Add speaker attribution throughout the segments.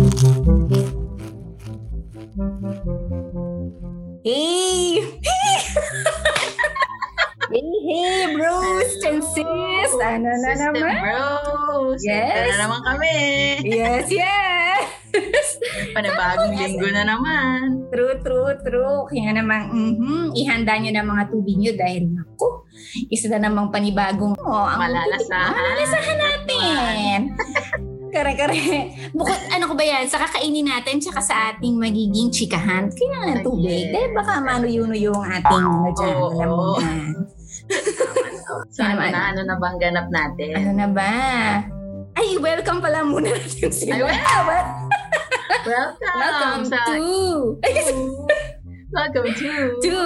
Speaker 1: Ano na
Speaker 2: System
Speaker 1: naman?
Speaker 2: Bros!
Speaker 1: Yes.
Speaker 2: Oh, Ito na naman kami.
Speaker 1: Yes, yes!
Speaker 2: Panabagong linggo na naman.
Speaker 1: True, true, true. Kaya namang, mhm, ihanda nyo na mga tubig nyo dahil, naku, isa na namang panibagong, oh, ang
Speaker 2: Malalasahan.
Speaker 1: Malalasahan natin. kare, kare. Bukod, ano ko ba yan, sa kakainin natin, tsaka sa ating magiging chikahan, kailangan ng tubig.
Speaker 2: Yes.
Speaker 1: Dahil baka manuyo-nuyo yung ating, ano dyan,
Speaker 2: Oo.
Speaker 1: alam mo na.
Speaker 2: So, ano
Speaker 1: Naman.
Speaker 2: na, ano na bang ganap natin?
Speaker 1: Ano na ba? Ay, welcome pala muna natin sila.
Speaker 2: Ay,
Speaker 1: Welcome,
Speaker 2: Welcome! sa,
Speaker 1: to...
Speaker 2: welcome to...
Speaker 1: to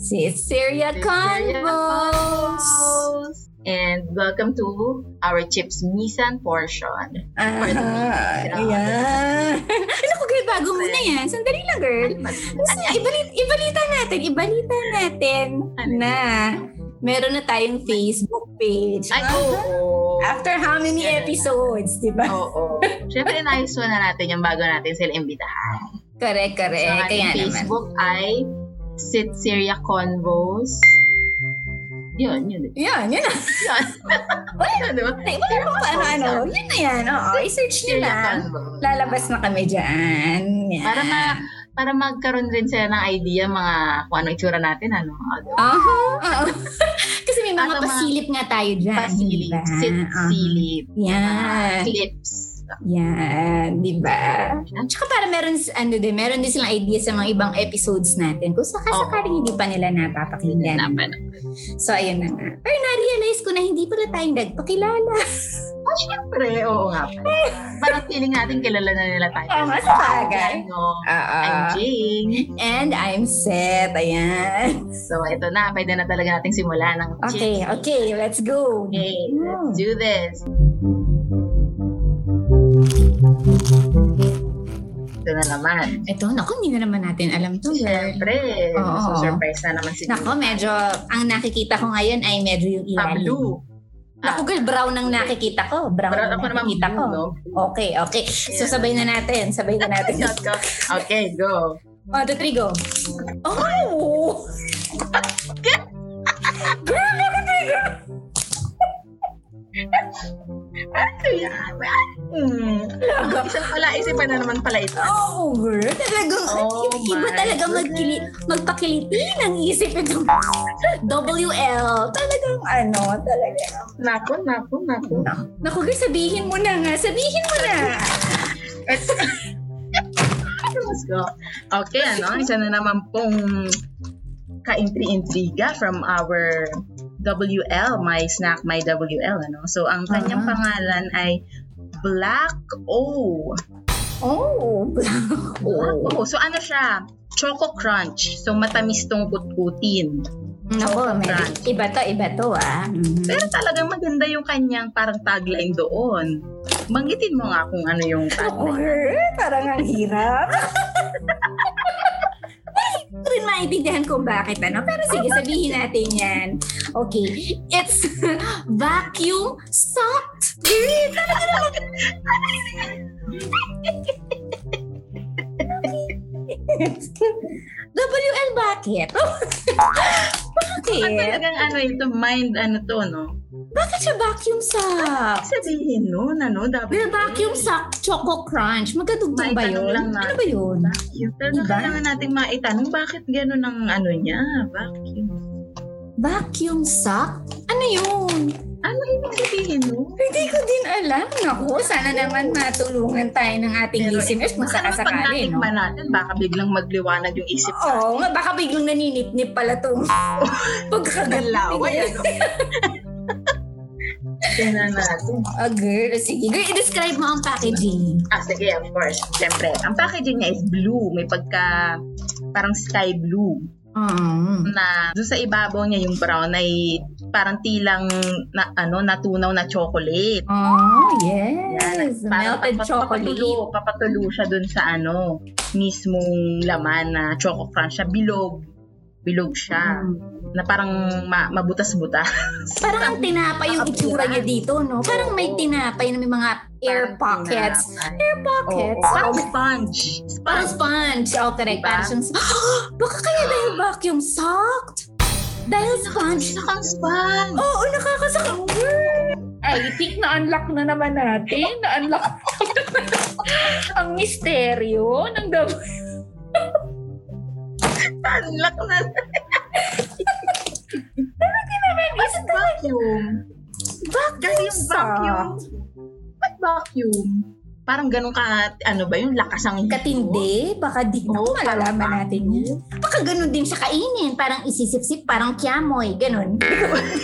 Speaker 1: si Syria
Speaker 2: Syria
Speaker 1: Convos.
Speaker 2: And welcome to our chips misan portion.
Speaker 1: Ah, ayan. ano ko, girl, bago muna yan. Sandali lang, girl. Gusto niya, ibalita, ibalita natin, ibalita natin
Speaker 2: Ano?
Speaker 1: na meron na tayong Facebook page.
Speaker 2: Ay, oo.
Speaker 1: After how many episodes, di ba?
Speaker 2: Oo. Siyempre, nice one na natin yung bago natin sila imbitahan.
Speaker 1: Correct,
Speaker 2: So, ang
Speaker 1: correct.
Speaker 2: ating
Speaker 1: Kaya naman.
Speaker 2: Facebook ay Sit Syria Convos. Yun, yun.
Speaker 1: Yan, yun na.
Speaker 2: Yun. Yun, diba?
Speaker 1: Ay, Wala pang paano. ano, Yun na yan. Oo, i-search nyo
Speaker 2: Syria
Speaker 1: lang.
Speaker 2: Convos.
Speaker 1: Lalabas na kami dyan. Yan.
Speaker 2: Para ma para magkaroon rin sila ng idea mga kung ano itsura natin, ano.
Speaker 1: Aha. oo. Kasi may mga
Speaker 2: At ang mga
Speaker 1: pasilip nga tayo dyan.
Speaker 2: Pasilip,
Speaker 1: Diba?
Speaker 2: sit silip,
Speaker 1: Ah, Yan.
Speaker 2: clips.
Speaker 1: Yan. Diba? Tsaka para meron, s- ano din, meron din silang idea sa mga ibang episodes natin kung sakasakaling hindi pa nila napapakinggan.
Speaker 2: Napan.
Speaker 1: So, ayun na nga. Pero na-realize ko na hindi pala tayong nagpakilala.
Speaker 2: Siyempre, Oh, oo nga pala. Parang feeling natin kilala na nila tayo.
Speaker 1: Oo, mas bagay. Ah.
Speaker 2: Ano,
Speaker 1: Oo.
Speaker 2: I'm Jing.
Speaker 1: And I'm Seth. Ayan.
Speaker 2: So, ito na. Pwede na talaga nating simulan ng
Speaker 1: Okay, okay. Let's go.
Speaker 2: Okay,
Speaker 1: Hmm.
Speaker 2: let's do this. Ito na naman.
Speaker 1: Ito, naku, hindi na naman natin alam to. girl.
Speaker 2: Siyempre,
Speaker 1: Oo.
Speaker 2: so surprise na naman si
Speaker 1: Nako, medyo, ang nakikita ko ngayon ay medyo yung ilalim.
Speaker 2: Pablo.
Speaker 1: Naku, girl, brown ang nakikita ko. Brown
Speaker 2: Parang
Speaker 1: ang
Speaker 2: ako naman
Speaker 1: nakikita ko.
Speaker 2: blue, no?
Speaker 1: Okay, okay. So,
Speaker 2: Yeah.
Speaker 1: sabay na natin. Sabay na natin.
Speaker 2: Shot ko. Okay, go.
Speaker 1: oh, the three, go. Oh! girl, look at me, girl!
Speaker 2: Ano yan? Hmm. Isang pala, isipan na naman pala ito.
Speaker 1: Oh, girl. Talagang,
Speaker 2: Oh
Speaker 1: iba
Speaker 2: my
Speaker 1: talaga magkili, magpakiliti ng isip itong WL. Talagang ano, talagang.
Speaker 2: Nako, nako, nako.
Speaker 1: Naku, girl, sabihin mo na nga. Sabihin mo na.
Speaker 2: Let's go. Okay, ano? Isa na naman pong kaintri-intriga from our WL, My Snack, My WL, ano? So, ang kanyang
Speaker 1: Aha.
Speaker 2: pangalan ay Black O.
Speaker 1: Oh,
Speaker 2: Black
Speaker 1: oh.
Speaker 2: O. So, ano siya? Choco Crunch. So, matamis tong kutkutin.
Speaker 1: Naku, may,
Speaker 2: Crunch.
Speaker 1: iba to, iba to ah. Mhm.
Speaker 2: Pero talagang maganda yung kanyang parang tagline doon. Banggitin mo nga kung ano yung
Speaker 1: Ako, eh,
Speaker 2: tagline.
Speaker 1: parang ang hirap. Hindi ko rin maintindihan kung bakit ano. Pero sige, sabihin natin yan. Okay. It's vacuum soft. Eh, talaga naman. WL, bakit? bakit?
Speaker 2: Talagang ano ito, mind ano to, no?
Speaker 1: Bakit siya vacuum soft?
Speaker 2: Sabihin nun, ano, dapat.
Speaker 1: Pero vacuum soft choco crunch. Magkadugtong
Speaker 2: May
Speaker 1: ba
Speaker 2: tanong
Speaker 1: yun?
Speaker 2: lang na-
Speaker 1: Ano ba yun?
Speaker 2: Vacuum. Pero
Speaker 1: Diba?
Speaker 2: kailangan nating maitanong bakit gano'n ang ano niya, vacuum.
Speaker 1: Vacuum sock? Ano yun?
Speaker 2: Ano ibig sabihin nun?
Speaker 1: Hindi ko din alam. Naku, sana naman matulungan tayo ng ating
Speaker 2: Pero,
Speaker 1: listeners kung
Speaker 2: Baka naman pag
Speaker 1: sakasakali, no?
Speaker 2: natikman natin, baka biglang magliwanag yung isip
Speaker 1: Oo, nga baka biglang naninipnip pala itong pagkagat.
Speaker 2: ng laway, ano? Tingnan natin.
Speaker 1: Ah, girl. Sige, girl, i-describe mo ang packaging.
Speaker 2: Ah, sige, of course. Siyempre, ang packaging niya is blue. May pagka parang sky blue
Speaker 1: Mm.
Speaker 2: na doon sa ibabaw niya yung brown ay parang tilang na, ano, natunaw na chocolate.
Speaker 1: Oh, yes.
Speaker 2: Parang
Speaker 1: Melted
Speaker 2: papat-
Speaker 1: chocolate.
Speaker 2: Papatulo, papatulo siya dun sa ano, mismong laman na choco crunch siya. Bilog. Bilog siya.
Speaker 1: Mm.
Speaker 2: Na parang ma- mabutas-butas.
Speaker 1: Parang ang tinapay yung itsura niya dito, no? Parang may
Speaker 2: Oo.
Speaker 1: tinapay na may mga air
Speaker 2: Parang
Speaker 1: pockets.
Speaker 2: tinapay.
Speaker 1: Air
Speaker 2: Oo,
Speaker 1: pockets.
Speaker 2: Parang sponge.
Speaker 1: Parang
Speaker 2: Sponge.
Speaker 1: sponge. Oh, correct.
Speaker 2: Diba?
Speaker 1: Parang siyang... Baka kaya dahil vacuum socked? Dahil sponge?
Speaker 2: Nakang sponge.
Speaker 1: Oo, nakakasakit. I think na-unlock na naman natin. Na-unlock ang misteryo ng W.
Speaker 2: Unlock na.
Speaker 1: Naman, is
Speaker 2: Vacuum. Kasi yung
Speaker 1: Ah.
Speaker 2: vacuum. Ba't vacuum? Parang ganun ka, ano ba yung lakas ang hito?
Speaker 1: Katindi? Baka di na
Speaker 2: Oo,
Speaker 1: malalaman
Speaker 2: parang-
Speaker 1: natin yan. Baka ganun din sa kainin. Parang isisip-sip, parang kiamoy. Ganun.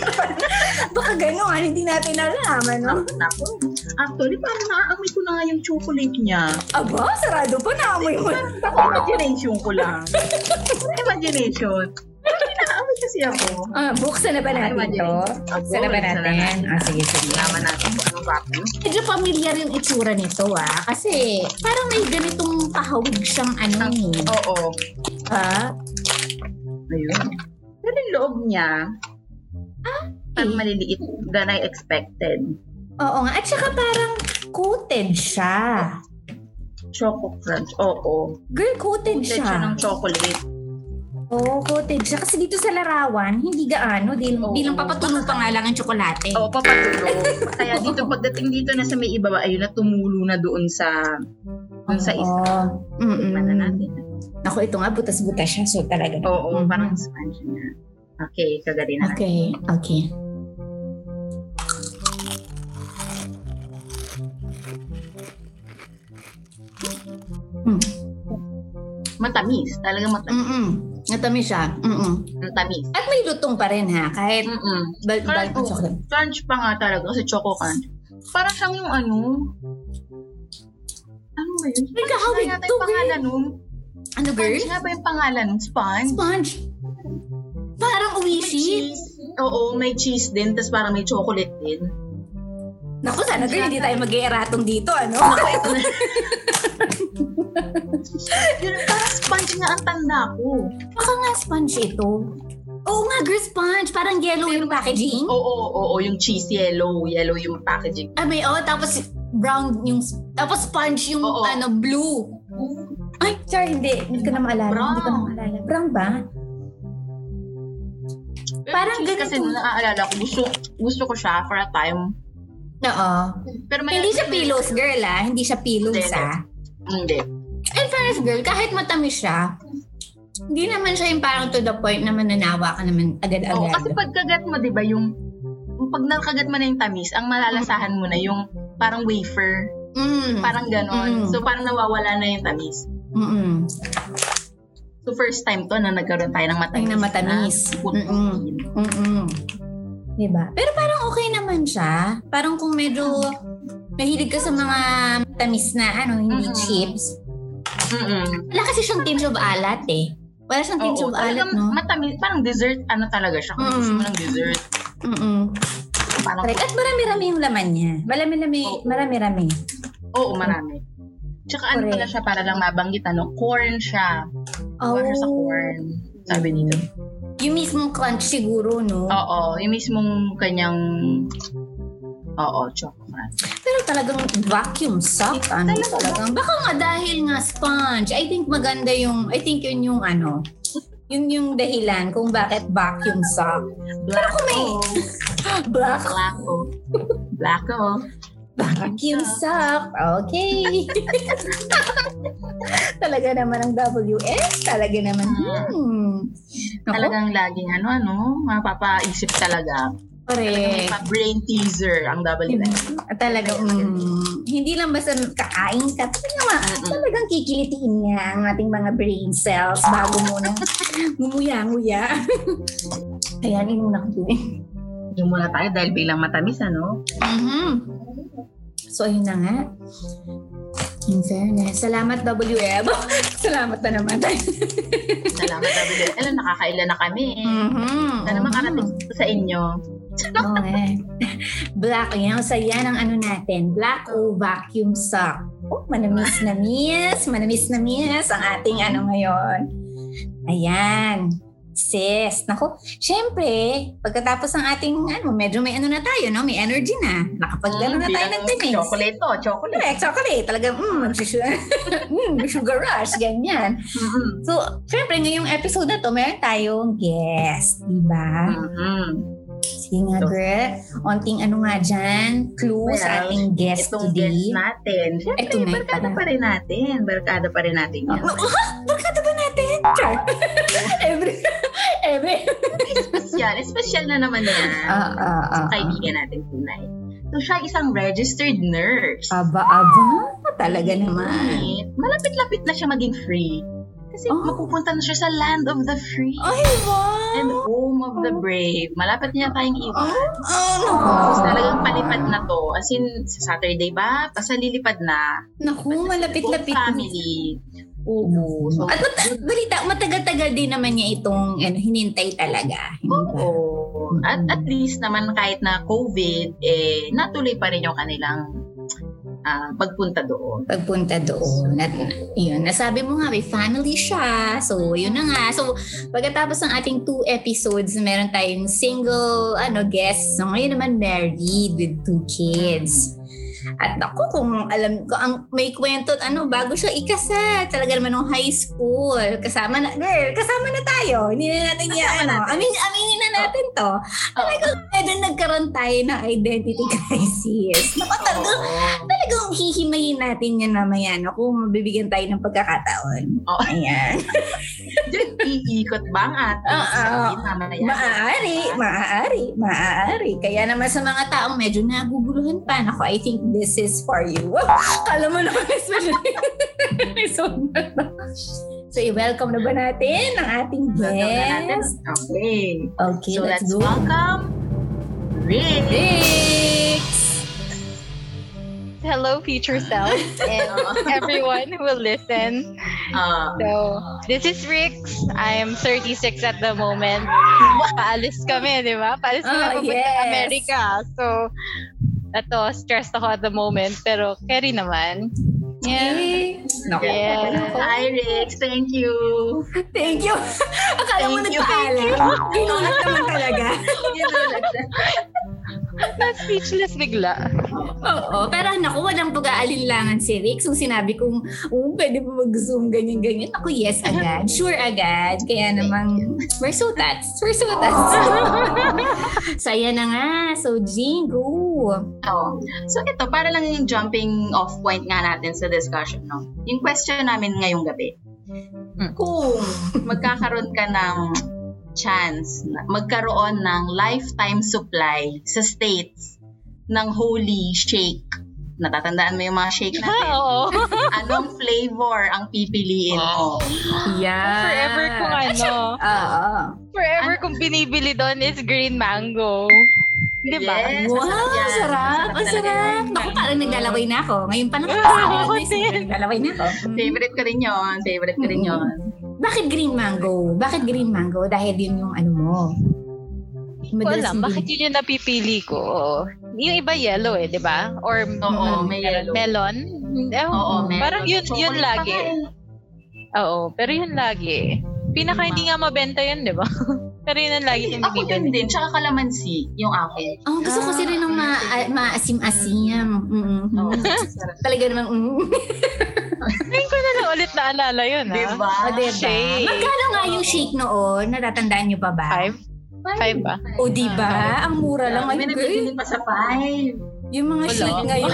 Speaker 1: Baka ganun. Hindi natin alam, ano?
Speaker 2: Naku. Actually, parang naaamoy ko na nga yung chocolate niya.
Speaker 1: Aba, sarado pa na amoy mo.
Speaker 2: Ako, imagination ko lang. Parang imagination. Parang naamoy kasi ako.
Speaker 1: Ah, buksan na ba natin
Speaker 2: Imagine.
Speaker 1: to?
Speaker 2: Ah,
Speaker 1: Buksan na ba
Speaker 2: buksan na
Speaker 1: natin?
Speaker 2: natin.
Speaker 1: Ah, sige, sige.
Speaker 2: Laman natin kung anong vacuum.
Speaker 1: Medyo familiar yung itsura nito ah. Kasi parang may ganitong pahawig siyang ano eh.
Speaker 2: Oo.
Speaker 1: Ah,
Speaker 2: Ayun. Pero yung loob niya, parang
Speaker 1: eh.
Speaker 2: maliliit than I expected.
Speaker 1: Oo nga. At saka parang coated siya.
Speaker 2: Choco crunch. Oo.
Speaker 1: Girl, coated
Speaker 2: Coated
Speaker 1: Ano
Speaker 2: siya
Speaker 1: siya.
Speaker 2: ng chocolate.
Speaker 1: Oo, coated siya. Kasi dito sa larawan, hindi gaano. Di,
Speaker 2: Oo.
Speaker 1: di lang papatulo pa nga lang ang tsokolate.
Speaker 2: Oo, papatulo. Kaya dito, pagdating dito na sa may ibaba, ayun na tumulo na doon sa doon sa isa.
Speaker 1: Oo. Mm-mm.
Speaker 2: Tikman na natin.
Speaker 1: Ako, ito nga, butas-butas siya. So, talaga. na-
Speaker 2: Oo,
Speaker 1: Mhm.
Speaker 2: parang sponge na. Okay, kagarin na. natin.
Speaker 1: Okay, okay.
Speaker 2: Matamis. Talaga matamis.
Speaker 1: Mm-mm. Natami siya. Mm-mm.
Speaker 2: Matamis.
Speaker 1: At may lutong pa rin ha, kahit
Speaker 2: Mm-mm.
Speaker 1: bal bal
Speaker 2: Parang
Speaker 1: pa chocolate.
Speaker 2: Crunch pa nga talaga kasi choco crunch. Parang siyang yung ano, ano ba yun?
Speaker 1: May kahawig
Speaker 2: Ano yata
Speaker 1: to,
Speaker 2: yung pangalan nun?
Speaker 1: Ano girl?
Speaker 2: Sponge nga ba yung pangalan nun? Sponge?
Speaker 1: Sponge. Parang
Speaker 2: May
Speaker 1: uwishi.
Speaker 2: cheese. Oo, may cheese din, tapos parang may chocolate din.
Speaker 1: Naku, sana girl, hindi tayo mag-eeratong dito, ano?
Speaker 2: Yun, parang sponge nga ang tanda ko.
Speaker 1: Baka nga sponge ito. Oo nga, girl, sponge. Parang yellow yung packaging.
Speaker 2: Oo, oo, oo, yung cheese yellow. Yellow yung packaging.
Speaker 1: Ah, may oh, tapos brown yung, tapos sponge yung
Speaker 2: Oo.
Speaker 1: ano, blue.
Speaker 2: Mm.
Speaker 1: Ay, sorry, hindi. Hindi ko na maalala.
Speaker 2: Brown.
Speaker 1: Hindi ko na maalala. Brown ba?
Speaker 2: Pero
Speaker 1: Parang
Speaker 2: yung cheese kasi
Speaker 1: ganito.
Speaker 2: nung naaalala ko, gusto, gusto ko siya for a time.
Speaker 1: Oo.
Speaker 2: Pero may,
Speaker 1: Hindi siya pillows, girl, ah. Hindi siya pillows,
Speaker 2: Hindi.
Speaker 1: ah.
Speaker 2: Hindi.
Speaker 1: In fairness, girl, kahit matamis siya, hindi naman siya yung parang to the point na mananawa ka naman agad-agad.
Speaker 2: Oo, kasi pagkagat mo, di ba, yung yung pag nakagat mo na yung tamis, ang malalasahan mo na yung parang wafer,
Speaker 1: Mm.
Speaker 2: parang ganon.
Speaker 1: Mm.
Speaker 2: So, parang nawawala na yung tamis.
Speaker 1: Mm-mm.
Speaker 2: So, first time to na nagkaroon tayo ng matamis.
Speaker 1: Ay, na matamis.
Speaker 2: na
Speaker 1: Mm-mm. Mm-mm. Diba? Pero parang okay naman siya. Parang kung medyo mahilig ka sa mga matamis na ano, hindi
Speaker 2: Mm-mm.
Speaker 1: chips.
Speaker 2: Mm-mm.
Speaker 1: Wala kasi siyang tinge of alat eh. Wala siyang tinge
Speaker 2: Oo,
Speaker 1: of alat,
Speaker 2: talagang
Speaker 1: no?
Speaker 2: matamis. Parang dessert, ano talaga siya. Kung
Speaker 1: Mm.
Speaker 2: gusto mo ng dessert,
Speaker 1: Mm-mm.
Speaker 2: parang,
Speaker 1: Correct. At marami-rami yung laman niya. Marami-rami,
Speaker 2: Oo.
Speaker 1: marami-rami.
Speaker 2: oo, marami. Tsaka ano
Speaker 1: Correct.
Speaker 2: pala siya, para lang mabanggit, ano, corn siya.
Speaker 1: Oh. Mm.
Speaker 2: Corn siya sa corn. Sabi nito.
Speaker 1: Yung mismong crunch siguro, no?
Speaker 2: Oo, yung mismong kanyang, oo, chocolate.
Speaker 1: Pero talagang vacuum suck. Ano
Speaker 2: Talaga ba?
Speaker 1: talagang? Baka nga dahil nga sponge. I think maganda yung, I think yun yung ano, yun yung dahilan kung bakit vacuum suck.
Speaker 2: Black
Speaker 1: Ako may-
Speaker 2: oh.
Speaker 1: Black
Speaker 2: Black oh. Black oh.
Speaker 1: vacuum suck. Okay. talaga naman ang WS. Talaga naman. Hmm. Ako,
Speaker 2: Talagang laging ano, ano, mapapaisip talaga.
Speaker 1: correct.
Speaker 2: brain teaser ang WS.
Speaker 1: At Talaga, mm, Ah, hindi lang basta kakain ka. Talagang, ma-
Speaker 2: Mm-mm.
Speaker 1: talagang kikilitiin niya ang ating mga brain cells bago muna ngumuya-nguya. Ayan, inom na ko yun.
Speaker 2: Yung muna tayo dahil bilang matamis, ano?
Speaker 1: Mhm. So, ayun na nga. In fairness, salamat WM. salamat na naman tayo.
Speaker 2: Salamat WS. Alam, nakakailan na kami.
Speaker 1: Mm-hmm.
Speaker 2: Sana makarating
Speaker 1: Mm.
Speaker 2: sa inyo.
Speaker 1: Oo eh. Black, yan. So, yan ang ano natin. Black o vacuum sock. Oh, manamis na miss. Manamis na miss ang ating ano ngayon. Ayan. Sis, nako, syempre, pagkatapos ng ating, ano, medyo may ano na tayo, no? May energy na. Nakapagdalo na tayo ng
Speaker 2: Bilang
Speaker 1: tinis.
Speaker 2: Mm, Chocolate to, chocolate.
Speaker 1: Correct, chocolate. Talagang, mm, sugar, mm, sugar rush, ganyan.
Speaker 2: Mm-hmm.
Speaker 1: So, syempre, ngayong episode na to, meron tayong guest, di ba?
Speaker 2: Mm-hmm.
Speaker 1: Sige nga,
Speaker 2: Ito.
Speaker 1: girl. Onting ano nga dyan, clue sa
Speaker 2: Well,
Speaker 1: ating guest
Speaker 2: Itong guest
Speaker 1: today.
Speaker 2: natin. Siyempre,
Speaker 1: Tonight
Speaker 2: barkada
Speaker 1: pala.
Speaker 2: pa rin natin. Barkada pa rin natin yan.
Speaker 1: Oh, No, ha? Barkada ba natin? Char. every, every.
Speaker 2: Espesyal. Espesyal na naman yan.
Speaker 1: Ah, ah, ah.
Speaker 2: Kaibigan natin tunay. So, siya isang registered nurse.
Speaker 1: ah. Aba, aba. Talaga naman.
Speaker 2: Right? Malapit-lapit na siya maging free. Kasi
Speaker 1: Oh.
Speaker 2: mapupunta na siya sa land of the free
Speaker 1: Ay, wow.
Speaker 2: and home of the brave. Malapit niya tayong iwan.
Speaker 1: Oh, naku.
Speaker 2: So, talagang palipad na to. As in, sa Saturday ba? Basta lilipad na.
Speaker 1: Naku,
Speaker 2: Buong
Speaker 1: malapit-lapit.
Speaker 2: family. Oo. So,
Speaker 1: At mat- balita, matagal-tagal din naman niya itong ano, hinintay talaga. Hindi ba?
Speaker 2: Oo. At, at least naman kahit na COVID, eh, natuloy pa rin yung kanilang ah, pagpunta doon.
Speaker 1: pagpunta doon. At yun, nasabi mo nga, may family siya. So, yun na nga. So, pagkatapos ng ating two episodes, meron tayong single ano guest. So, ngayon naman married with two kids. At ako, kung alam ko, ang may kwento, ano, bago siya ikasal. Talaga naman nung high school. Kasama na, girl, kasama na tayo. Hindi na natin yan, ano. Amin, aminin na natin to. Talaga, medyo nagkaroon tayo ng identity crisis. Naku, talaga,
Speaker 2: Oo.
Speaker 1: talagang hihimayin natin yan mamaya, no? Kung mabibigyan tayo ng pagkakataon.
Speaker 2: Oo.
Speaker 1: Ayan.
Speaker 2: Diyan, iikot ba ang ating
Speaker 1: Oo.
Speaker 2: sabihin
Speaker 1: ah,
Speaker 2: mamaya?
Speaker 1: Maaari, maaari, maaari. Kaya naman sa mga taong medyo naguguluhan pa, nako, I think this is for you. Kala mo naman, especially. so, so, i-welcome na ba natin ang ating
Speaker 2: So, doon na natin.
Speaker 1: guest?
Speaker 2: Okay.
Speaker 1: Okay,
Speaker 2: so,
Speaker 1: let's
Speaker 2: let's,
Speaker 1: go.
Speaker 2: welcome Rick.
Speaker 1: Rix!
Speaker 3: Hello, future self, and everyone who will listen.
Speaker 2: Ah,
Speaker 3: So, this is Rix. I'm 36 at the moment. Paalis kami, di ba? Paalis kami
Speaker 1: Oh,
Speaker 3: papunta
Speaker 1: yes.
Speaker 3: America. So, eto, stressed ako at the moment. Pero, carry naman. Yeah.
Speaker 1: Yay! Nako.
Speaker 3: Yeah.
Speaker 2: Hi, Rick. Thank you.
Speaker 1: Thank you. Akala mo
Speaker 2: Thank you,
Speaker 1: nagpaalam. Ginulat naman talaga.
Speaker 3: Speechless bigla.
Speaker 1: Oo, pero naku, walang pag-aalinlangan si Rick. So sinabi kong, oh, pwede mo mag-zoom ganyan-ganyan. Ako, yes agad. Sure agad. Kaya namang, we're so tats. We're so tats. so ayan na nga. So Jingo.
Speaker 2: Oo. Oh, So ito, para lang yung jumping off point nga natin sa discussion, no? Yung question namin ngayong gabi. Kung magkakaroon ka ng chance na magkaroon ng lifetime supply sa states ng holy shake. Natatandaan mo yung mga shake na
Speaker 3: Oo.
Speaker 2: anong flavor ang pipiliin mo?
Speaker 1: Yeah.
Speaker 3: Forever kung ano.
Speaker 1: Oo.
Speaker 3: Forever kung binibili doon is green mango. Di ba?
Speaker 2: Yes,
Speaker 1: Wow,
Speaker 2: masarap yan.
Speaker 1: ang sarap. Ang
Speaker 2: Masarap
Speaker 1: sarap.
Speaker 2: talaga yan.
Speaker 1: Naku, parang naglalaway na ako. Ngayon pa lang.
Speaker 3: Ako din.
Speaker 1: Naglalaway na ako. Hmm.
Speaker 2: Favorite ko rin yon, favorite ko rin yon.
Speaker 1: Bakit green mango? Bakit green mango? Dahil yun yung ano mo.
Speaker 3: Ko
Speaker 1: Madalas
Speaker 3: alam,
Speaker 1: yung-
Speaker 3: bakit yun yung napipili ko? Oo. Yung iba yellow eh, di ba? Or
Speaker 2: Oo,
Speaker 1: Mm-hmm.
Speaker 2: may yellow.
Speaker 3: melon? Ewan
Speaker 2: Oo,
Speaker 3: ko.
Speaker 2: meron.
Speaker 3: Parang yun, yun
Speaker 2: Chocolate pa
Speaker 3: lagi.
Speaker 2: nga eh.
Speaker 3: Oo, pero yun lagi. Pinaka hindi nga mabenta yun, di ba? pero yun ang lagi
Speaker 2: Ay, Ako yun
Speaker 3: pinipili.
Speaker 2: din, tsaka kalamansi, yung akin.
Speaker 1: Oh, gusto ko
Speaker 3: Ah,
Speaker 1: kasi rin ng ma- a- maasim-asim. Mm-mm.
Speaker 2: Oo,
Speaker 1: Talaga namang, mm.
Speaker 3: Ngayon ko na lang ulit naalala yun, ah. ha?
Speaker 2: diba?
Speaker 1: O, diba?
Speaker 3: Shake.
Speaker 1: Magkano nga yung shake noon? Natatandaan niyo pa ba?
Speaker 3: Five? Five ba?
Speaker 1: O, diba? Ang mura lang.
Speaker 2: May
Speaker 1: Ay, girl.
Speaker 2: nabibili pa sa five.
Speaker 1: Yung mga
Speaker 3: Wala.
Speaker 1: shake ngayon.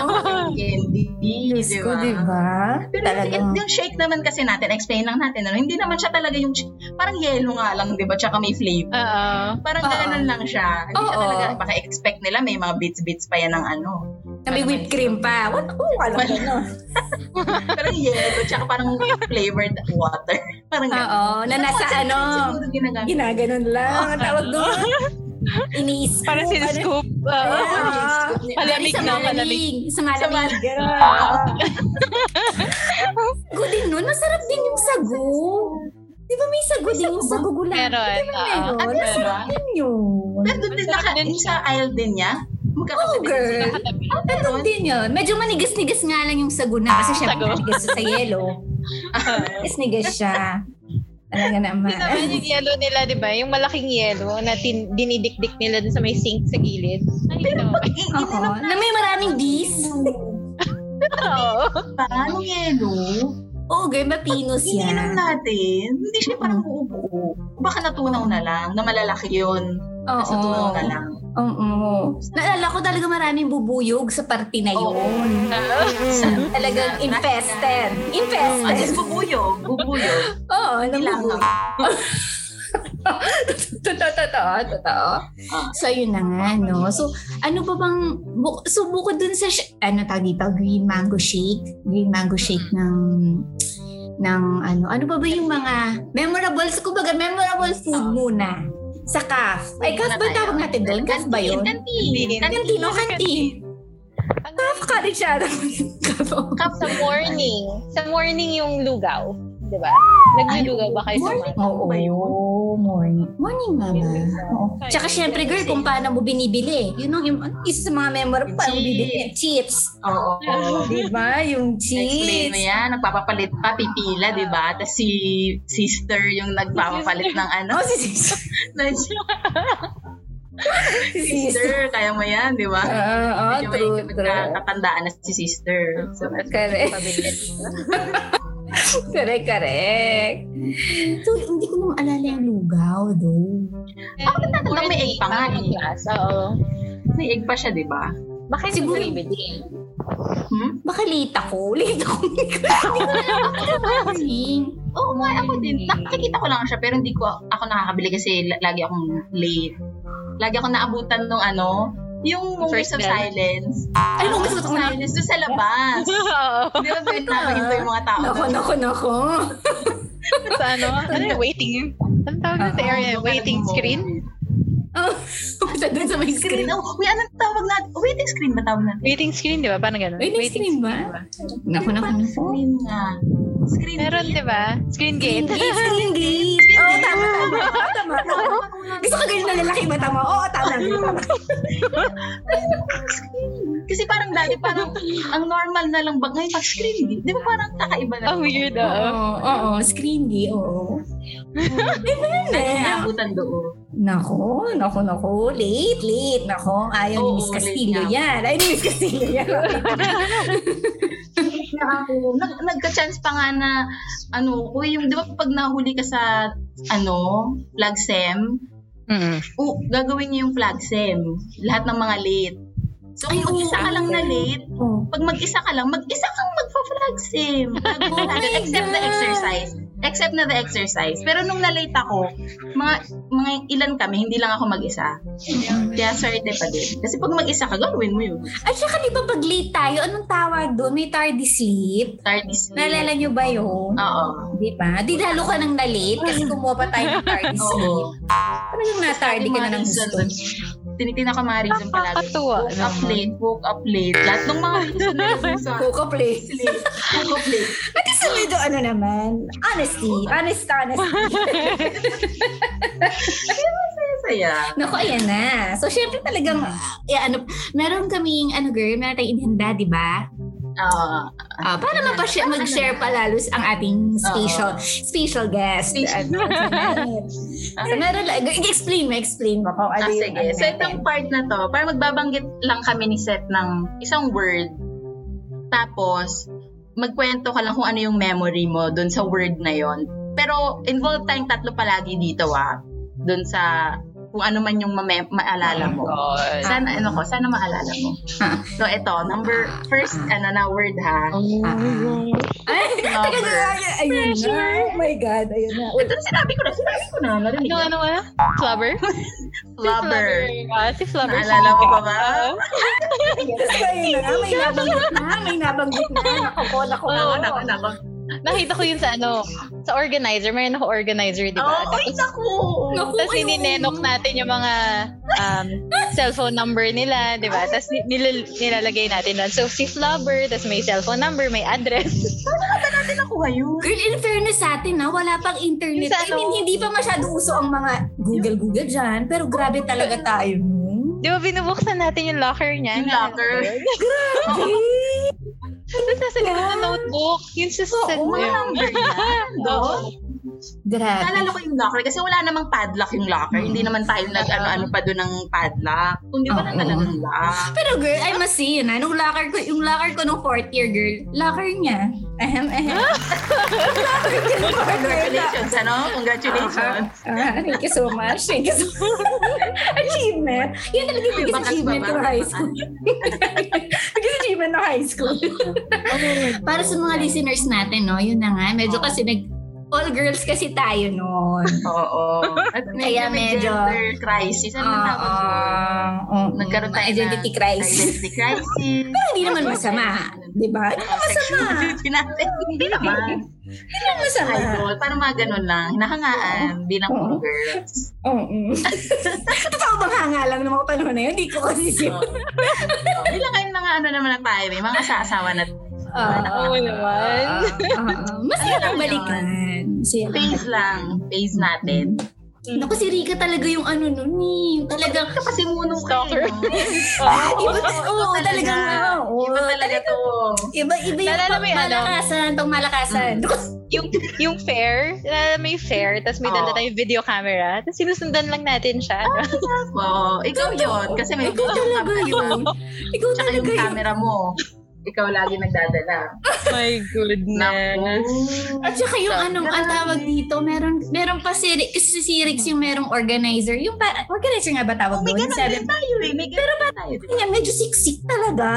Speaker 2: Candy,
Speaker 1: Diyos
Speaker 2: di
Speaker 1: ko,
Speaker 2: ba?
Speaker 1: diba?
Speaker 2: Pero
Speaker 1: Talagang,
Speaker 2: yung, yung shake naman kasi natin, explain lang natin, ano, hindi naman siya talaga yung, parang yellow nga lang, di ba? Tsaka may flavor.
Speaker 3: Oo.
Speaker 2: Parang
Speaker 1: Oo.
Speaker 2: ganun lang siya. Hindi ka
Speaker 1: Oo.
Speaker 2: talaga, baka expect nila may mga bits-bits pa yan ng ano.
Speaker 1: na may whipped cream pa. What? Oh, alam ko no.
Speaker 2: Parang yellow, tsaka parang flavored water. Parang ganun.
Speaker 1: Oo, na nasa ano,
Speaker 2: Siguro ginagamit.
Speaker 1: ginaganon lang. Ang tawag doon. Inis.
Speaker 3: Parang siniscoop. Oo. Palamig na, palamig.
Speaker 1: Sa malamig.
Speaker 2: Ah,
Speaker 1: Sago din nun. Masarap din yung sago. Di ba may sago din yung sago gulang?
Speaker 3: Meron.
Speaker 1: Di ba meron?
Speaker 2: Ah,
Speaker 3: Oo.
Speaker 2: meron.
Speaker 1: Masarap din yun.
Speaker 2: Pero doon din
Speaker 3: Masarap
Speaker 2: naka,
Speaker 3: din
Speaker 2: yung sa aisle din niya.
Speaker 1: Oo,
Speaker 2: Magkakapit din
Speaker 1: Oh, girl.
Speaker 3: Katabi.
Speaker 1: Meron din yun. Medyo manigas-nigas nga lang yung sago na. Kasi syempre,
Speaker 3: Sago.
Speaker 1: manigas siya sa yelo. Manigas-nigas siya. Talaga naman.
Speaker 3: Sabi yung yellow nila, di ba? Yung malaking yellow na tin- dinidikdik nila dun sa may sink sa gilid. Ay, Pero
Speaker 1: Oo. Na may maraming bees.
Speaker 3: Oo.
Speaker 2: Paano yellow?
Speaker 1: Oo, Oh, girl. Mapinus yan.
Speaker 2: Iniinom natin. Hindi siya parang buo-buo. baka natunaw na lang, na malalaki yun.
Speaker 1: Oo.
Speaker 2: Tapos natunaw na lang.
Speaker 1: Oo. Naalala ko talaga maraming bubuyog sa party na yun. Talagang infested.
Speaker 2: At
Speaker 1: Infested.
Speaker 2: least bubuyog, bubuyog.
Speaker 1: Oo,
Speaker 2: Hindi lang.
Speaker 1: nabubuyog. totoo, totoo, totoo.
Speaker 2: Ah.
Speaker 1: So, yun na nga, no? So, ano pa bang, bu- so bukod dun sa, sh- ano tawag dito, green mango shake, green mango shake
Speaker 2: Mm-hmm.
Speaker 1: ng, ng ano, ano pa ba yung mga memorable, kumbaga memorable food
Speaker 2: Ah.
Speaker 1: muna. Sa CAF. Ay, CAF ba
Speaker 2: Muna tayo.
Speaker 1: tawag natin doon? CAF ba yun?
Speaker 2: Kantin, kantin.
Speaker 1: Canteen, o canteen.
Speaker 3: Ano
Speaker 1: CAF
Speaker 3: yun?
Speaker 1: ka rin siya. CAF, oh.
Speaker 2: Cup
Speaker 3: Sa morning. Sa morning yung lugaw. Di ba? Naglulugaw ba kayo sa
Speaker 2: Morning.
Speaker 3: morning?
Speaker 1: Oo,
Speaker 2: ba yun?
Speaker 1: morning. Morning nga ba? Oo.
Speaker 3: Kaya,
Speaker 1: Tsaka syempre girl, kung paano mo binibili. Yun ang yung, ano, isa sa mga memorable, paano mo bibili. Chips. Oh,
Speaker 2: Oo.
Speaker 3: Oo.
Speaker 1: Di ba? Yung
Speaker 2: Explain mo
Speaker 1: cheese.
Speaker 2: yan, nagpapapalit pa, pipila, di ba? Tapos si sister yung nagpapapalit ng ano.
Speaker 1: Oh, si sis-
Speaker 2: ng-
Speaker 1: si sis.
Speaker 2: sister, kaya mo yan, di ba?
Speaker 1: Ah, ah,
Speaker 2: Medyo may
Speaker 1: true, true.
Speaker 2: Katandaan na si sister. So,
Speaker 1: Correct. Correct, correct. So, hindi ko nung alala yung lugaw, though.
Speaker 3: Ako
Speaker 2: natatanong, may egg pa nga eh.
Speaker 3: Oo.
Speaker 2: may egg pa siya, di ba?
Speaker 3: Bakit
Speaker 1: Siguro-
Speaker 3: siguro bibili?
Speaker 2: Hmm?
Speaker 1: Baka late ako. Late ako. Hindi ko alam. Hindi ko alam. Morning.
Speaker 2: Oo, nga, ako din. Nakikita ko lang siya, pero hindi ko ako nakakabili kasi la- lagi akong late. Lagi ako naabutan nung ano, yung Moments
Speaker 3: First
Speaker 2: of
Speaker 3: bell.
Speaker 2: Silence.
Speaker 1: Ay, nung
Speaker 2: Moments
Speaker 1: gusto ko
Speaker 2: of
Speaker 1: na.
Speaker 2: Silence doon sa labas.
Speaker 3: Oo.
Speaker 2: Di ba, bait na
Speaker 1: Ah.
Speaker 2: yung mga tao.
Speaker 1: Nako,
Speaker 2: doon?
Speaker 1: nako, nako.
Speaker 3: sa ano? Ano yung waiting? Anong tawag doon
Speaker 1: Ah,
Speaker 3: sa area?
Speaker 2: Oo,
Speaker 3: Waiting
Speaker 2: parang
Speaker 3: screen?
Speaker 2: moment.
Speaker 1: Oh, punta dun sa may screen.
Speaker 2: Screen. Oh, wait, anong tawag natin? Waiting screen ba tawag natin?
Speaker 3: Waiting screen, di ba? Parang ganun.
Speaker 1: Waiting screen ba? Naku, naku, naku.
Speaker 2: Screen nga. Screen
Speaker 3: Meron, di ba? Screen
Speaker 1: Green
Speaker 3: gate.
Speaker 1: gate, green gate. Oo, oh, tama, tama. tama,
Speaker 2: ano
Speaker 1: tama. Gusto ko ganyan na lalaki ba? Tama. Oo, tama. ganun, tama.
Speaker 2: Kasi parang dati parang ang normal na lang bag ngayon pag screen gate. Di ba parang kakaiba na?
Speaker 3: Ang Oh, weird, ah.
Speaker 1: Oo,
Speaker 3: oo.
Speaker 1: oo, oo, screen gate, oo.
Speaker 2: Lagi
Speaker 1: Diba?
Speaker 2: naabutan doon.
Speaker 1: Nako, nako, nako. Late, late. Nako, ayaw ni
Speaker 2: Oo,
Speaker 1: Miss
Speaker 2: late
Speaker 1: Castillo
Speaker 2: nga.
Speaker 1: yan. Ayaw ni Miss Castillo yan.
Speaker 2: Nag, nagka-chance pa nga na ano, uy, yung di ba pag nahuli ka sa ano, flag sem,
Speaker 3: Mm.
Speaker 2: oh, gagawin niyo yung flag sem. Lahat ng mga late. So,
Speaker 1: Ay, oo,
Speaker 2: kung mag-isa ka lang na
Speaker 1: oo.
Speaker 2: late,
Speaker 1: Oo.
Speaker 2: pag mag-isa ka lang, mag-isa kang magpa-flag sim.
Speaker 1: Oh my
Speaker 2: except na
Speaker 1: God.
Speaker 2: exercise. Except na the exercise. Pero nung na-late ako, mga, mga ilan kami, hindi lang ako mag-isa. Kaya swerte pa din. Kasi pag mag-isa ka, gagawin mo yun.
Speaker 1: At saka di ba pag late tayo, anong tawag doon? May tardy sleep?
Speaker 2: Tardy sleep.
Speaker 1: Naalala niyo ba yun?
Speaker 2: Oo.
Speaker 1: Di ba? Di lalo ka nang na-late kasi kumuha pa tayo ng tardy sleep.
Speaker 2: Oo.
Speaker 1: Talagang na-tardy ka na ng gusto.
Speaker 2: Tinitina ko mga reason palagi.
Speaker 3: Nakakatuwa ano?
Speaker 2: Woke up
Speaker 3: naman.
Speaker 2: late, woke up late. Lahat ng mga reason na reason sa
Speaker 1: Coca play.
Speaker 2: sleep. Woke up late.
Speaker 1: At isa medyo ano naman, honesty, honest, honest.
Speaker 2: Saya.
Speaker 1: Naku, ayan na. So, syempre talagang, yeah, ano, meron kaming, ano girl, meron tayong inhanda, di ba?
Speaker 2: Ah,
Speaker 1: Ah, para mapasya- mag-share palalo ang ating special, special guest.
Speaker 2: Special.
Speaker 1: Ano, so, meron lang, explain mo, explain mo kung ano
Speaker 2: Ah,
Speaker 1: yung,
Speaker 2: sige.
Speaker 1: ano
Speaker 2: So,
Speaker 1: natin.
Speaker 2: itong part na to, parang magbabanggit lang kami ni Seth ng isang word. Tapos, magkwento ka lang kung ano yung memory mo dun sa word na yon. Pero, involved tayong tatlo palagi dito, ah. Dun sa kung ano man yung mame- maalala mo.
Speaker 3: Oh, God.
Speaker 2: Sana, ano ko, sana maalala mo. So, ito, number, first, ano na word, ha?
Speaker 1: Ah. Ay, taga
Speaker 2: Number.
Speaker 1: ayun na. Oh my God, ayun na.
Speaker 2: Ito na sinabi ko na, sinabi ko na, narinig.
Speaker 3: Ano, ano, ano? Flubber?
Speaker 2: Flubber.
Speaker 3: Ah, si Flubber.
Speaker 2: Naalala mo pa ba?
Speaker 3: Oo.
Speaker 1: Tapos ayun na, may nabanggit na, may nabanggit na. Naku po, naku po.
Speaker 2: Nako, nako, nako.
Speaker 3: Nakita ko yun sa ano, sa organizer. Mayroon ako organizer, di ba?
Speaker 2: Oh, ay, naku.
Speaker 1: Naku,
Speaker 3: Tapos
Speaker 1: ayun.
Speaker 3: ininenok natin yung mga um, cellphone number nila, di ba? Tapos ni- nilal- nilalagay natin doon. So, si Flubber, tapos may cellphone number, may address.
Speaker 2: Nakuha yun.
Speaker 1: Girl, in fairness sa atin, ha, wala pang internet. I
Speaker 3: Sa
Speaker 1: mean,
Speaker 3: ano?
Speaker 1: hindi pa masyado uso ang mga Google-Google dyan, pero grabe talaga tayo. no?
Speaker 3: Di ba, binubuksan natin yung locker niya.
Speaker 2: Yung locker.
Speaker 3: Tapos nasa likod ng notebook. Yun sa oh,
Speaker 1: Oo,
Speaker 3: sa-
Speaker 2: Oo, mga Oh, number yan.
Speaker 3: Oo.
Speaker 2: doon.
Speaker 1: Grabe.
Speaker 2: Naalala ko yung locker kasi wala namang padlock yung locker. Hindi naman tayo nag-ano-ano pa doon ng padlock. Kundi wala
Speaker 1: Oo.
Speaker 2: talagang lock.
Speaker 1: Pero girl, I must say yun, ha, nung locker ko, yung locker ko nung fourth year, girl, locker niya. Ahem, ahem.
Speaker 2: Congratulations, ano? Congratulations.
Speaker 1: Ah, thank you so much. Thank you so much. achievement. Yan talaga yung biggest
Speaker 2: Bakas ba,
Speaker 1: achievement ko
Speaker 2: bakas
Speaker 1: high
Speaker 2: ba?
Speaker 1: school. biggest achievement ng high school. Para sa mga listeners natin, no, yun na nga. Medyo
Speaker 2: Oo.
Speaker 1: kasi nag... All girls kasi tayo noon.
Speaker 2: Oo. At
Speaker 1: Kaya
Speaker 2: medyo, may
Speaker 1: medyo-
Speaker 2: gender crisis. Ano
Speaker 1: Oo.
Speaker 2: tawag doon?
Speaker 1: Oo.
Speaker 2: Nagkaroon tayo ng
Speaker 1: Identity crisis.
Speaker 2: Identity Oh, crisis.
Speaker 1: Pero hindi naman masama. Di ba? Hindi naman masama.
Speaker 2: Sexuality natin. Hindi naman.
Speaker 1: Hindi naman masama.
Speaker 2: Idol. Parang mga ganun lang. Hinahangaan bilang
Speaker 1: Oo.
Speaker 2: puro girls.
Speaker 1: Oo. Totoo bang hanga lang ng mga panahon na yun? Hindi ko kasi siya.
Speaker 2: Oo. Bilang kayo mga ano naman na tayo. May mga asawa na tayo.
Speaker 3: Oo naman.
Speaker 1: Masaya
Speaker 2: Alam
Speaker 1: lang
Speaker 2: mo
Speaker 1: balikan. Masaya lang.
Speaker 2: Phase lang. Phase natin. Mm.
Speaker 1: Naku, si Rika talaga yung ano nun eh. Yung Talagang,
Speaker 2: Kasi muno eh,
Speaker 3: Stalker.
Speaker 2: kayo.
Speaker 3: Oo.
Speaker 1: iba, oo,
Speaker 2: Iba
Speaker 1: talagang, oo.
Speaker 2: Iba talaga to.
Speaker 1: Iba, iba yung
Speaker 3: Naalala mo yung ano?
Speaker 1: pagmalakasan, pagmalakasan.
Speaker 2: Mm.
Speaker 1: Naku,
Speaker 3: yung, yung fair, na may fair, tapos may
Speaker 2: Oo.
Speaker 3: dala tayong video camera, tapos sinusundan lang natin siya. ano? no?
Speaker 2: Oo. Ikaw yun. Kasi may
Speaker 1: Ikaw
Speaker 2: video
Speaker 1: talaga
Speaker 2: camera.
Speaker 1: yun. Ikaw
Speaker 2: Tsaka
Speaker 1: talaga yun.
Speaker 2: yung camera mo. Ikaw lagi nagdadala.
Speaker 3: Oh My goodness.
Speaker 1: At saka yung anong, ang tawag dito, meron, meron pa si, Ri- kasi si Rix yung merong organizer. Yung pa, organizer nga ba tawag
Speaker 2: May
Speaker 1: doon?
Speaker 2: ganun
Speaker 1: Sabi,
Speaker 2: din tayo eh. May ganun din tayo. di ba?
Speaker 1: Kanya, medyo siksik talaga.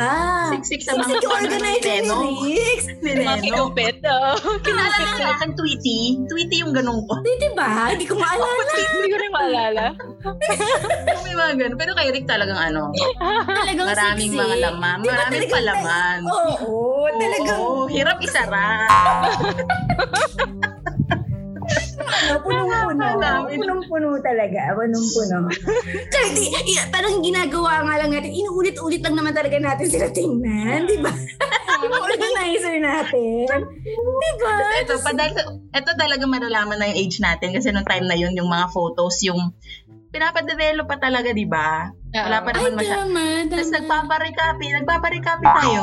Speaker 2: Siksik sa mga
Speaker 1: Siksik yung organizer ni Rix.
Speaker 3: Mga kinupit, oo.
Speaker 2: Kinalala sa akin, Tweety. Tweety yung ganun ko.
Speaker 1: Di, di ba? Hindi ko maalala.
Speaker 3: Hindi ko rin maalala.
Speaker 2: May mga ganun. Pero kay Rick talagang ano,
Speaker 1: Talagang
Speaker 2: maraming
Speaker 1: siksik.
Speaker 2: mga laman.
Speaker 1: Di ba
Speaker 2: Maraming
Speaker 1: talagang-
Speaker 2: palaman.
Speaker 1: Oo, talagang
Speaker 2: Oo, hirap isara.
Speaker 1: ano, punong-puno.
Speaker 2: Nakakalamin.
Speaker 1: Punong-puno talaga. Punong-puno. Kaya di, i- parang ginagawa nga lang natin, inuulit-ulit lang naman talaga natin sila tingnan, di ba? Yung organizer natin. Di ba?
Speaker 2: Ito, padal- ito talaga malalaman na yung age natin kasi nung time na yun, yung mga photos, yung pinapadevelop pa talaga, di ba? Wala pa
Speaker 1: Ay,
Speaker 2: naman masyadong.
Speaker 1: tama,
Speaker 2: Tapos
Speaker 1: tama.
Speaker 2: nagpaparekapi, nagpaparekapi tayo.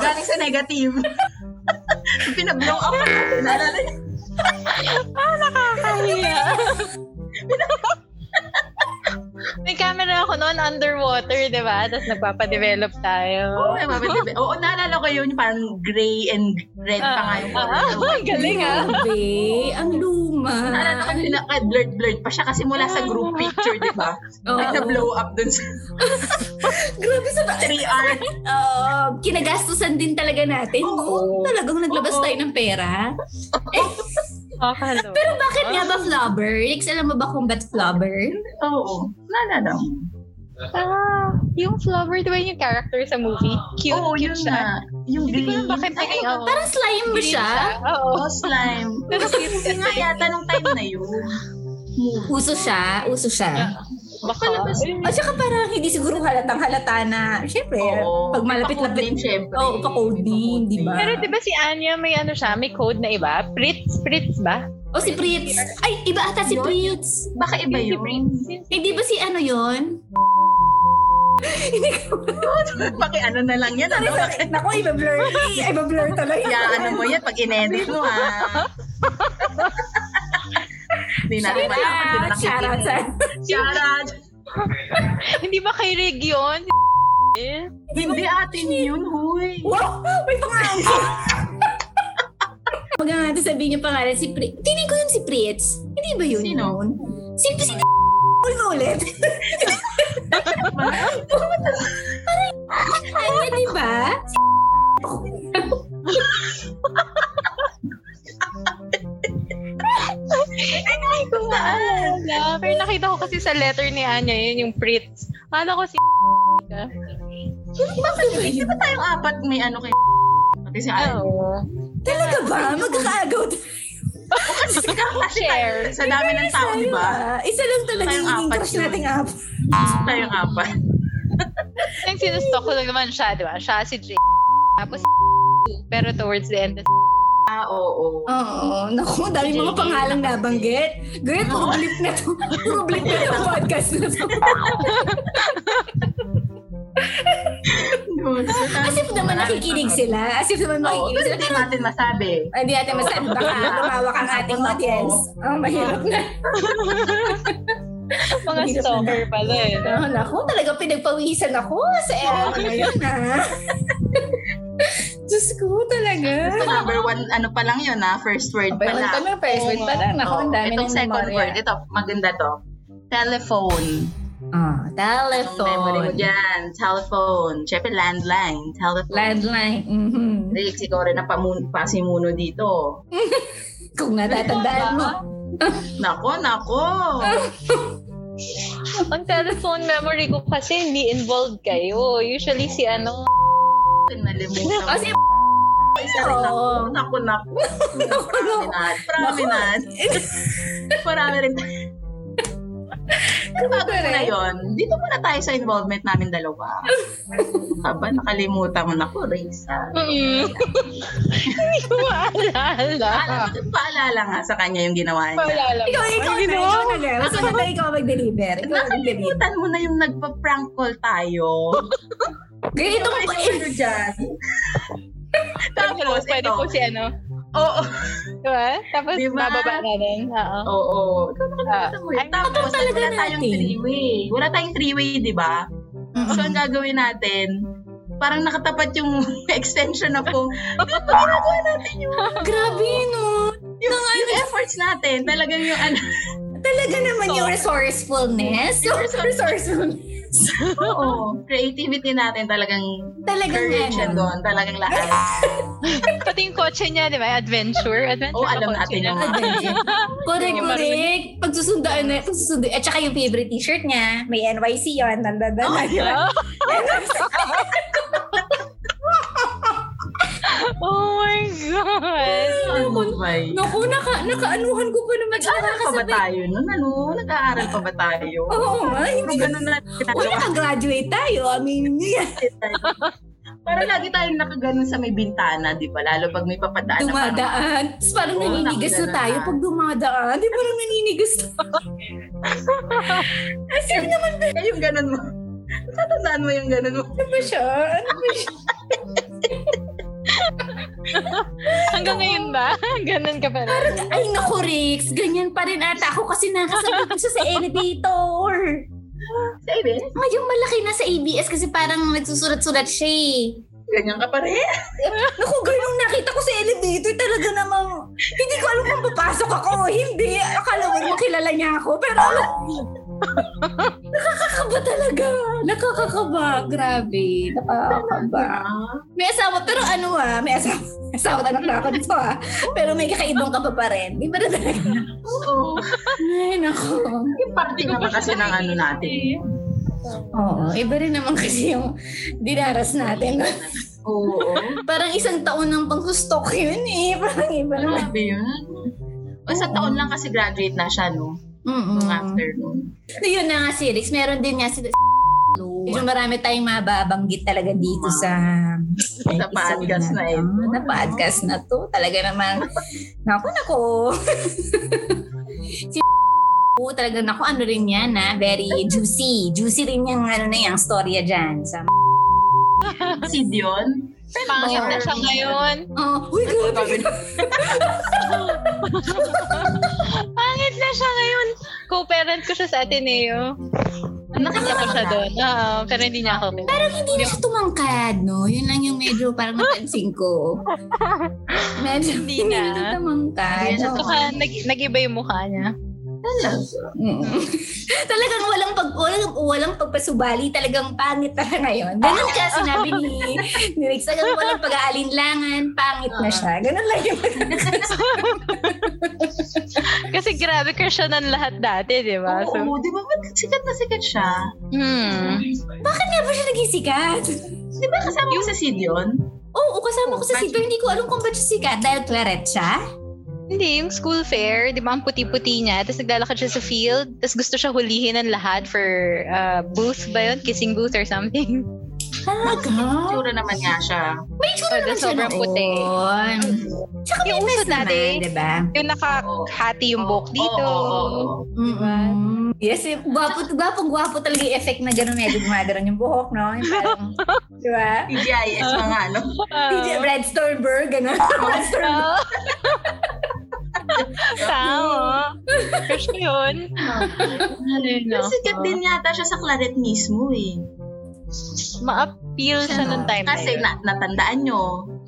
Speaker 2: Galing sa negative. Pinablow up. Naalala niyo?
Speaker 3: Nakakahiya. May camera ako noon underwater, di ba? Tapos nagpapadevelop tayo.
Speaker 2: Oo, may mapapadeve- Oo, naalala ko yun, parang gray and red pa nga yung
Speaker 3: Ah, ah, ah, galing ah.
Speaker 1: Grabe, ang luma.
Speaker 2: Naalala ko pinaka-blurred-blurred pa siya kasi mula sa group picture, di ba?
Speaker 1: Oo.
Speaker 2: Ay, na-blow up dun sa
Speaker 1: Grabe sa
Speaker 2: 3R.
Speaker 1: Oo, kinagastusan din talaga natin.
Speaker 2: Oo.
Speaker 1: no? Talagang naglabas
Speaker 2: Oo.
Speaker 1: tayo ng pera.
Speaker 3: Kakalo.
Speaker 1: Pero bakit nga
Speaker 2: Ah.
Speaker 1: ba flubber? Rix, alam mo ba kung ba't flubber?
Speaker 2: Oo, naalala mo.
Speaker 3: Ah, yung flower, di ba yung character sa movie? Cute,
Speaker 2: Oo, yun
Speaker 3: cute
Speaker 2: na.
Speaker 3: siya.
Speaker 2: Yung
Speaker 3: Hindi ko
Speaker 2: green.
Speaker 3: alam bakit naging ako.
Speaker 1: Parang slime mo siya.
Speaker 3: Oo.
Speaker 2: Oh, slime.
Speaker 3: Pero cute
Speaker 2: Kasi nga
Speaker 3: kasi.
Speaker 2: yata nung time na yun.
Speaker 1: Uso siya, uso siya.
Speaker 3: Baka.
Speaker 2: Palabas.
Speaker 1: At saka parang hindi siguro halatang halata na, syempre,
Speaker 2: Oo.
Speaker 1: pag malapit-lapit.
Speaker 2: Pakodin, syempre.
Speaker 1: Oo, pa-code din, di ba?
Speaker 3: Pero di ba si Anya may ano siya, may code na iba? Pritz, Pritz ba?
Speaker 1: O si Pritz. Ay, iba ata si
Speaker 2: Yun.
Speaker 1: Pritz.
Speaker 2: Baka iba
Speaker 3: Si
Speaker 2: yun.
Speaker 3: Pritz.
Speaker 1: Hindi ba si ano yon?
Speaker 2: Paki ano na lang yan, ano?
Speaker 1: Naku, iba blur. Iba blur talaga.
Speaker 2: Kaya ano mo yan pag inedit mo, ha? Hindi natin
Speaker 1: Shout
Speaker 2: malaman, hindi na
Speaker 1: out, shout out
Speaker 2: nakikinig.
Speaker 1: sa...
Speaker 2: Shout out!
Speaker 3: Hindi ba kay Reg yun? Eh,
Speaker 2: Hindi atin yun, huy.
Speaker 1: Wow! May pangalan siya! Huwag nga natin sabihin yung pangalan si Pritz. Tinig ko yun si Pritz. Hindi ba yun?
Speaker 2: Sino?
Speaker 1: Yun? Si si Ulit ulit. Parang ano, di ba? Si
Speaker 2: Kung saan.
Speaker 3: Ah, wala. Pero nakita ko kasi sa letter ni Anya yun, yung Pritz. Kala ko si ka.
Speaker 1: Bakit ba
Speaker 2: Di
Speaker 1: yun?
Speaker 2: ba tayong apat may ano kay ah, Pati si Ate.
Speaker 3: Oo.
Speaker 1: Talaga ba? Magkakaagaw tayo.
Speaker 2: Kasi
Speaker 3: Share.
Speaker 2: Sa dami ng tao, di ba?
Speaker 1: Ah, Isa lang talaga
Speaker 2: Tayong
Speaker 1: yung naging
Speaker 2: apat
Speaker 1: crush
Speaker 2: yun.
Speaker 1: nating app.
Speaker 2: Tayong apat.
Speaker 3: Yung sinustok ko lang naman siya, di ba? Siya si J. Tapos si pero towards the end,
Speaker 2: Ah, oo.
Speaker 1: Oo. Naku, dami mga
Speaker 3: JJ.
Speaker 1: pangalang nabanggit. Girl,
Speaker 2: Ano?
Speaker 1: puro blip na to. Puro blip na yung podcast na to.
Speaker 2: Yun. Sa dami-
Speaker 1: As if naman nakikinig sila. As if naman makikinig
Speaker 2: Oo, pero
Speaker 1: sila.
Speaker 2: hindi natin masabi.
Speaker 1: Ay, Hindi natin masabi. Baka tumawa ang ating
Speaker 2: Tapos ako.
Speaker 1: audience. Oh, mahirap na.
Speaker 3: mga stalker pala eh.
Speaker 1: Oh, naku, talaga pinagpawisan ako sa era ko na yun, ha? Diyos ko talaga.
Speaker 2: So, number one, ano pa lang yun ha? First word pa
Speaker 1: Pero
Speaker 2: lang.
Speaker 1: ito na first word pa lang. Ako, ang dami ng
Speaker 2: Itong second
Speaker 1: memory.
Speaker 2: word, ito, maganda to. Telephone.
Speaker 1: Ah,
Speaker 2: Yung memory mo
Speaker 1: telephone.
Speaker 2: dyan. Telephone. Siyempre, landline. Telephone.
Speaker 1: Landline. Mhm.
Speaker 2: Rick, ikaw rin ang pamun- pasimuno dito.
Speaker 1: Kung natatandaan mo.
Speaker 2: Nako, nako.
Speaker 3: Ang telephone memory ko kasi hindi involved kayo. Usually si ano,
Speaker 2: Nalimutan ko.
Speaker 1: Kasi
Speaker 2: Isa rin ako.
Speaker 1: Oo.
Speaker 2: Nako, nako. Promenade. Promenade. Marami rin. Pero bago
Speaker 1: Correct.
Speaker 2: na yun, dito muna tayo sa involvement namin dalawa. Aba, nakalimutan mo na ko, Risa.
Speaker 3: Mm. Hindi ko maalala.
Speaker 2: Alam mo, paalala nga sa kanya yung ginawa niya.
Speaker 3: Maalala mo.
Speaker 1: ikaw, ikaw na ikaw na girl. So, na ikaw mag-deliver. Ikaw mag-deliver.
Speaker 2: Nakalimutan mo na yung nagpa-prank call tayo.
Speaker 1: Girl, ito ko
Speaker 2: Ano dyan? Tapos,
Speaker 3: Pwede
Speaker 2: ito.
Speaker 3: po si ano.
Speaker 2: Oo.
Speaker 3: Diba? Tapos
Speaker 2: Diba?
Speaker 3: bababa na rin. Oo.
Speaker 2: Oo. Ikaw nakalimutan mo yun.
Speaker 3: Ay,
Speaker 2: Tapos,
Speaker 1: nakatong talaga
Speaker 2: wala tayong
Speaker 1: natin.
Speaker 2: three-way. Wala tayong three-way, di ba? So, ang gagawin natin, parang nakatapat yung extension na po. Ganun ang ginagawa natin yung,
Speaker 1: Grabe, no?
Speaker 2: yung, yung efforts natin. Talagang yung ano.
Speaker 1: Talaga naman yung resourcefulness. Yung resourcefulness.
Speaker 2: Oo. Creativity natin talagang
Speaker 1: Talagang
Speaker 2: courage and
Speaker 1: ano.
Speaker 2: doon. Talagang lahat.
Speaker 3: Pati yung kotse niya, di ba? Adventure. Adventure
Speaker 2: Oo,
Speaker 3: ba
Speaker 2: Oh, alam natin
Speaker 3: kotse niya?
Speaker 2: yung
Speaker 1: Adventure. Correct,
Speaker 3: Yung
Speaker 1: correct. Pagsusundaan na, pagsusundaan. At saka yung favorite t-shirt niya, may NYC yun, nandadala yun.
Speaker 3: Ah. oh my God.
Speaker 2: Ano ba yun?
Speaker 1: Naku, naka, nakaanuhan ko pa naman.
Speaker 2: Nag-aaral pa ba tayo nun? Ano? Nag-aaral pa ba tayo?
Speaker 1: Oo nga, hindi
Speaker 2: Hindi
Speaker 1: ko.
Speaker 2: ganun na
Speaker 1: Uy,
Speaker 2: ginagawa
Speaker 1: nakagraduate tayo. Aminin niyo yan.
Speaker 2: tayo. Para lagi tayong nakaganon sa may bintana, di ba? Lalo pag may papadaan na parang,
Speaker 1: Dumadaan. Tapos parang
Speaker 2: Oo,
Speaker 1: naninigas na
Speaker 2: nakilala
Speaker 1: tayo
Speaker 2: na.
Speaker 1: pag dumadaan. Di parang naninigas na. Asin naman
Speaker 2: "Ay, Eh, yung ganon mo. Tatandaan mo yung ganon mo.
Speaker 1: ba siya? Ano ba siya?
Speaker 3: Hanggang ngayon ba? Ganun ka pala.
Speaker 1: Ay, naku, Rix. Ganyan pa rin ata ako kasi nakasabi ko siya sa elevator.
Speaker 2: Sabi,
Speaker 1: Ngayon malaki na sa ABS kasi parang nagsusulat-sulat siya eh.
Speaker 2: ganyan ka pa rin.
Speaker 1: Naku, ganun nakita ko sa elevator talaga namang hindi ko alam kung papasok ako. Hindi. Akala mo makilala niya ako. Pero alam Nakakakaba talaga. Nakakakaba. Grabe. Nakakakaba.
Speaker 2: Ah,
Speaker 1: May asawa. Pero ano ah. May asawa. Asawa anak na ako dito ah. Pero may kakaibang ka pa pa rin. Di ba na talaga?
Speaker 2: Oo.
Speaker 1: Ay, naku.
Speaker 2: Yung parte naman kasi ng ano natin.
Speaker 1: Oo.
Speaker 2: Diba?
Speaker 1: Iba rin naman kasi yung dinaras natin.
Speaker 2: Oo.
Speaker 1: Parang isang taon ng pangsustok yun eh. Parang iba naman.
Speaker 2: Grabe yun. O, sa taon lang kasi graduate na siya, no?
Speaker 1: Mm-mm.
Speaker 3: Mm.
Speaker 2: Nung after nun.
Speaker 1: So yun na nga si Rix, meron din nga si Medyo marami tayong mababanggit talaga dito sa
Speaker 2: Sa podcast na ito.
Speaker 1: Ah, Sa podcast na to. Talaga naman. Naku, naku. si talaga naku, ano rin yan na Very juicy. Juicy rin yung ano na yung storya dyan. Sa
Speaker 2: Si Dion.
Speaker 3: Pangit na siya ngayon.
Speaker 1: Oh, uy, grabe.
Speaker 3: Pangit na siya ngayon. Co-parent ko siya sa Ateneo. Nakita ko siya doon. Oo, pero hindi niya ako.
Speaker 1: Parang hindi na siya tumangkad, no? Yun lang yung medyo parang napansin ko. Medyo
Speaker 3: Hindi
Speaker 1: hindi na.
Speaker 3: na.
Speaker 1: tumangkad.
Speaker 2: Hindi na siya
Speaker 1: Oo.
Speaker 3: Saka nag, nag-iba yung mukha niya.
Speaker 2: Talaga.
Speaker 1: talagang walang pag walang, walang pagpasubali, talagang pangit talaga ngayon. Ganun ka sinabi ni, ni Rick. Talagang walang pag-aalinlangan, pangit na siya. Ganun lang yung
Speaker 3: Kasi grabe ka siya ng lahat dati, di ba? So,
Speaker 2: Oo, di ba? Ba't sikat na sikat siya?
Speaker 3: hmm.
Speaker 1: Bakit nga ba siya naging sikat?
Speaker 2: Di ba kasama mo sa si Dion?
Speaker 1: Oo, kasama ko sa Silver, hindi ko alam kung ba't siya sikat. Dahil claret siya?
Speaker 3: Hindi, yung school fair, di ba, ang puti-puti niya. Tapos naglalakad siya sa field. Tapos gusto siya hulihin ng lahat for uh, booth ba yun? Kissing booth or something.
Speaker 1: Talaga?
Speaker 2: Sure naman nga siya.
Speaker 1: May tsura naman
Speaker 3: Oh,
Speaker 1: siya
Speaker 3: that's Ah, sobrang puti.
Speaker 1: noon. Tsaka may diba?
Speaker 3: Yung uso
Speaker 1: unas naman,
Speaker 3: dati.
Speaker 1: di ba?
Speaker 3: Yung nakahati yung buhok dito.
Speaker 2: Oo, oo, oo.
Speaker 1: Mm-mm. Yes, eh, gwapo, gwapo, gwapo talaga yung effect na gano'n medyo gumagano'n yung buhok, no? Yung parang, di ba?
Speaker 2: TGIS mga ano.
Speaker 1: DJ Red Stolberg, gano'n. Red Stolberg.
Speaker 3: Oo. Tama. Crush ko yun. Ano yun?
Speaker 2: Pero sikat din yata siya sa Claret mismo eh.
Speaker 3: Maap, Feel siya nung time
Speaker 2: Ano? Kasi
Speaker 3: na yun.
Speaker 2: na, natandaan nyo,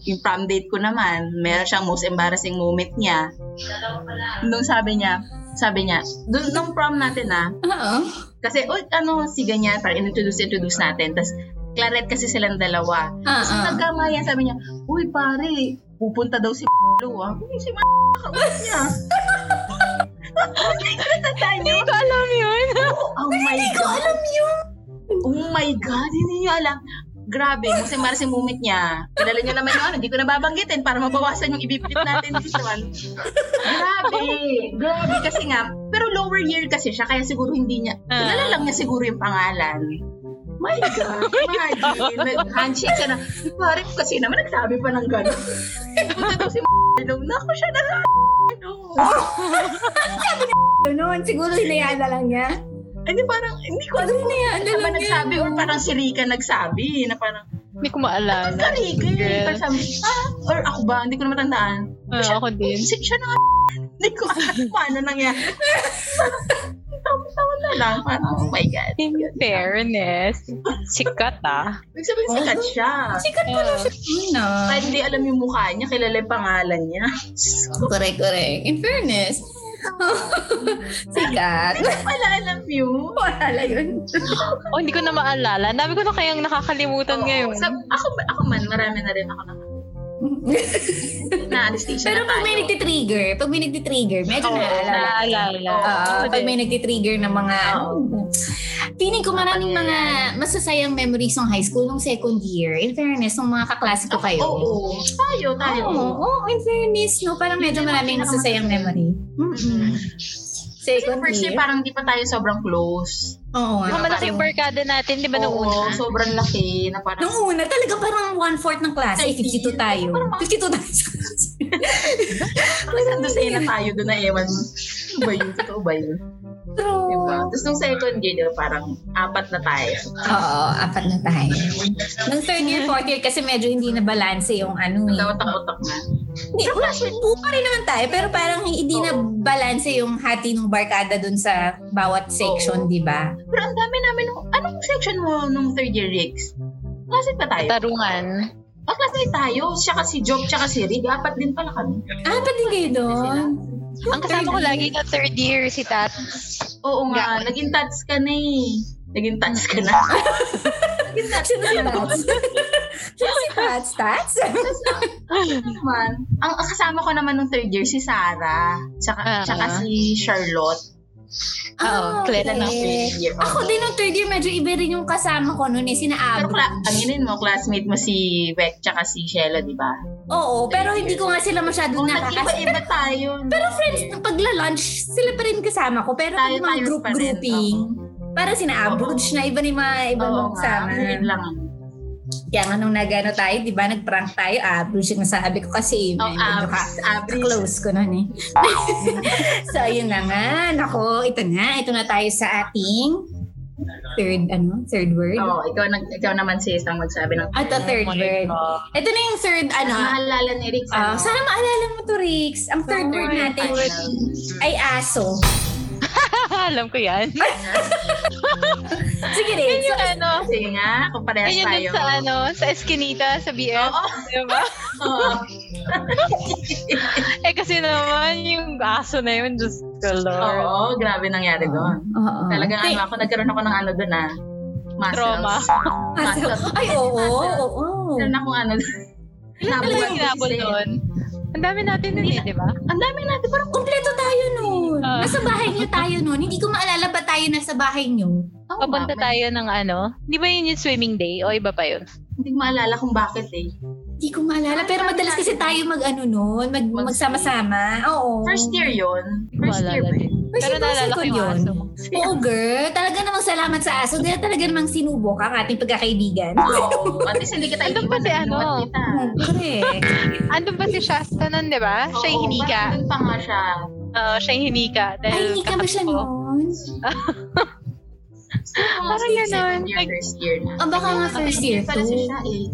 Speaker 2: yung prom date ko naman, meron siyang most embarrassing moment niya. Nung sabi niya, sabi niya, dun, nung prom natin ah,
Speaker 1: Oo.
Speaker 2: kasi, oh, ano, si ganyan, parang introduce, introduce natin. Tapos, claret kasi silang dalawa.
Speaker 1: Ah,
Speaker 2: Tapos,
Speaker 1: ah.
Speaker 2: nagkama yan, sabi niya, uy, pare, pupunta daw si Lo, ah. Uy, si kausap niya. Natandaan niyo?
Speaker 3: Hindi ko alam yun.
Speaker 2: Oh my
Speaker 1: Hindi ko
Speaker 2: God.
Speaker 1: alam yun.
Speaker 2: Oh my God, hindi niyo alam. Grabe, kasi maras yung moment niya. Kilala niyo naman yung ano, hindi ko na babanggitin para mabawasan yung ibibit natin this one. Grabe, grabe kasi nga. Pero lower year kasi siya, kaya siguro hindi niya,
Speaker 3: Ah.
Speaker 2: kilala lang niya siguro yung pangalan. My God, imagine. Nag-handshake siya na, pare kasi naman nagsabi pa ng gano'n. Pupunta daw si Marlon, naku siya na Ano?
Speaker 1: Ganun, siguro hinayaan na lang niya.
Speaker 2: Hindi parang, hindi ko
Speaker 1: Ano
Speaker 2: alam kung
Speaker 1: hinayaan na
Speaker 2: siya ba
Speaker 1: lang niya?
Speaker 2: nagsabi or parang si Rika nagsabi na parang,
Speaker 3: Hindi ko
Speaker 2: Ang
Speaker 3: maalala.
Speaker 2: karigay.
Speaker 3: Girl.
Speaker 2: Parang sabi, ah, or ako ba? Hindi ko na matandaan.
Speaker 3: Oo, ako din.
Speaker 2: Si, siya na nga, Hindi ko alam kung ano nangyari. Tama-tama na lang. Parang, oh my God.
Speaker 3: In fairness, sikat ah.
Speaker 2: Nagsabi sikat siya.
Speaker 1: Sikat pala
Speaker 3: Oo.
Speaker 1: siya. Mm, no.
Speaker 2: Kahit hindi alam yung mukha niya, kilala yung pangalan niya.
Speaker 1: Correct, correct. In fairness. Sikat.
Speaker 2: Wala alam yun.
Speaker 1: Wala yun.
Speaker 3: Oh, hindi ko na maalala. Ang Dami ko na kayang nakakalimutan ngayon.
Speaker 2: Sa, ako, ako man, marami na rin ako na, na anesthesia
Speaker 1: Pero
Speaker 2: na
Speaker 1: pag may
Speaker 2: tayo.
Speaker 1: nagtitrigger, pag may nagtitrigger, medyo
Speaker 2: Oo,
Speaker 1: naalala.
Speaker 3: Naalala.
Speaker 2: Oo,
Speaker 1: Oo,
Speaker 3: Ako
Speaker 1: pag
Speaker 3: din.
Speaker 1: may nagtitrigger ng mga... ano, Feeling ko maraming mga masasayang memories ng high school nung second year. In fairness, nung mga kaklase ko kayo.
Speaker 2: Oo. Tayo, tayo.
Speaker 1: Oo, oo, in fairness, no? Parang medyo maraming masasayang memory. Mm-mm. Second
Speaker 2: First year,
Speaker 1: year.
Speaker 2: parang di pa tayo sobrang close.
Speaker 1: Oo nga.
Speaker 3: Ang malaki yung barkada natin, di ba, nung
Speaker 2: Oo,
Speaker 3: una?
Speaker 2: sobrang laki na parang...
Speaker 1: Nung una, talaga parang one-fourth ng class. Eh, 52 tayo. 52 tayo.
Speaker 2: Parang doon sa'yo na tayo, doon na ewan. Ano ba yun? Totoo ba yun?
Speaker 1: True.
Speaker 2: Diba? Tapos nung second year, diba, parang apat na tayo.
Speaker 1: Oo, apat na tayo. Nung third year, fourth year, kasi medyo hindi na balance yung ano eh.
Speaker 2: Nagkawatak-utak na.
Speaker 1: Hindi, wala, buo pa rin naman tayo, pero parang hindi na balance yung hati ng barkada dun sa bawat section,
Speaker 2: Oo.
Speaker 1: di ba?
Speaker 2: Pero ang dami namin, nung, anong section mo nung third year, Rix? Classic ba tayo?
Speaker 3: Tarungan.
Speaker 2: Ah, classmate tayo. Siya kasi Job, siya kasi Rig. Apat din pala kami.
Speaker 1: Ah, pati kayo doon.
Speaker 3: Ang kasama ko lagi na third year si Tat.
Speaker 2: Oo nga, naging tats ka na eh. Naging tats ka na. naging tats
Speaker 1: Sino
Speaker 2: ka
Speaker 1: si
Speaker 2: na.
Speaker 1: Tats? Sino si Tats? Tats?
Speaker 2: Ano naman. Ang ang kasama ko naman nung third year, si Sarah. Tsaka,
Speaker 3: Ah.
Speaker 2: tsaka si Charlotte.
Speaker 3: Oo, Clara na ako.
Speaker 1: okay.
Speaker 2: Third year.
Speaker 1: Eh, Ako din nung third year, medyo iba rin yung kasama ko noon eh,
Speaker 2: Pero
Speaker 1: sinaabot.
Speaker 2: kla- aminin mo, classmate mo si Vec tsaka si Shella, di ba?
Speaker 1: Oo, pero hindi ko nga sila masyadong
Speaker 2: Kung
Speaker 1: nakakas.
Speaker 2: nag-iba-iba tayo.
Speaker 1: Pero friends, nung pagla-lunch, sila pa rin kasama ko. Pero
Speaker 2: Tayo-
Speaker 1: yung mga
Speaker 2: tayo pa rin,
Speaker 1: group-grouping, para sina-average na iba ni mga iba
Speaker 2: Oo
Speaker 1: mong
Speaker 2: nga,
Speaker 1: kasama.
Speaker 2: ang weird lang.
Speaker 1: Kaya nga nung nagano tayo, di ba, nag-prank tayo, average yung nasabi ko kasi
Speaker 2: Oh,
Speaker 1: may medyo ka,
Speaker 2: abs, abs.
Speaker 1: close ko nun eh. so, ayun na nga. Nako, ito na. Ito na tayo sa ating third, ano, third word.
Speaker 2: Oo, ikaw, nag, ikaw naman sis ang magsabi ng...
Speaker 1: At the Ano third word. Ito na yung third, ano.
Speaker 2: Mahalala ni Rick.
Speaker 1: ah, sana maalala mo to, Rix. Ang third word natin ay aso.
Speaker 3: Alam ko yan.
Speaker 1: Sige,
Speaker 3: Yan
Speaker 1: Rix.
Speaker 3: yung ano,
Speaker 2: Ano? Sige nga, kung parehas
Speaker 3: yan yung
Speaker 2: tayo.
Speaker 3: dun sa ano, sa Eskinita, sa BF.
Speaker 2: Oo.
Speaker 3: Diba?
Speaker 2: Oo.
Speaker 3: Eh kasi naman, yung aso na yun, just ko lord.
Speaker 2: Oo, grabe nangyari doon.
Speaker 1: Oo.
Speaker 2: Talagang
Speaker 1: Ay,
Speaker 2: ano, ako nagkaroon ako ng ano doon ah. Muscles.
Speaker 3: Trauma.
Speaker 1: aso.
Speaker 2: muscles.
Speaker 1: ah, Ay, oo, oo, oo.
Speaker 2: Meron akong ano doon.
Speaker 3: Ilan talaga
Speaker 2: Nabuwag
Speaker 3: yung hinabol
Speaker 2: kasi.
Speaker 3: doon? Ang dami natin nun eh, di ba?
Speaker 2: Ang dami natin, parang
Speaker 1: Kompleto tayo nun.
Speaker 3: Ah.
Speaker 1: Nasa bahay niyo tayo nun. Hindi ko maalala ba tayo nasa bahay niyo?
Speaker 2: oh,
Speaker 3: Papunta
Speaker 2: mama,
Speaker 3: tayo ng ano, di ba yun yung swimming day o iba pa yun?
Speaker 2: Hindi ko maalala kung bakit eh.
Speaker 1: Hindi ko maalala. Pero madalas kasi tayo mag-ano nun, mag,
Speaker 2: Mag-swim.
Speaker 1: magsama-sama. Oo.
Speaker 2: First year yon First year
Speaker 3: Wala
Speaker 2: ba?
Speaker 3: din.
Speaker 1: First
Speaker 3: Pero
Speaker 1: year ba o
Speaker 3: naalala ko
Speaker 1: second
Speaker 3: yung
Speaker 1: yun?
Speaker 3: aso.
Speaker 1: Oo, girl. Talaga namang salamat sa aso. Dahil talaga namang sinubok ang ating pagkakaibigan.
Speaker 2: Oo. At least hindi kita
Speaker 3: Andun pa
Speaker 2: iiwan,
Speaker 3: si ano?
Speaker 2: iiwan kita.
Speaker 1: Correct.
Speaker 3: Andun ba si Shasta nun, di ba? Siya yung
Speaker 2: Oo,
Speaker 3: hinika.
Speaker 2: parang Andun pa nga siya.
Speaker 3: Oo, siya yung hinika.
Speaker 1: Ay,
Speaker 3: Dahil
Speaker 1: hindi ka ba siya
Speaker 3: katabi ko.
Speaker 1: nun?
Speaker 2: Mga
Speaker 3: Parang
Speaker 2: second
Speaker 3: ganun.
Speaker 2: year, First year na.
Speaker 1: O Ah, baka nga first year
Speaker 2: Pala siya
Speaker 1: too.
Speaker 2: eh.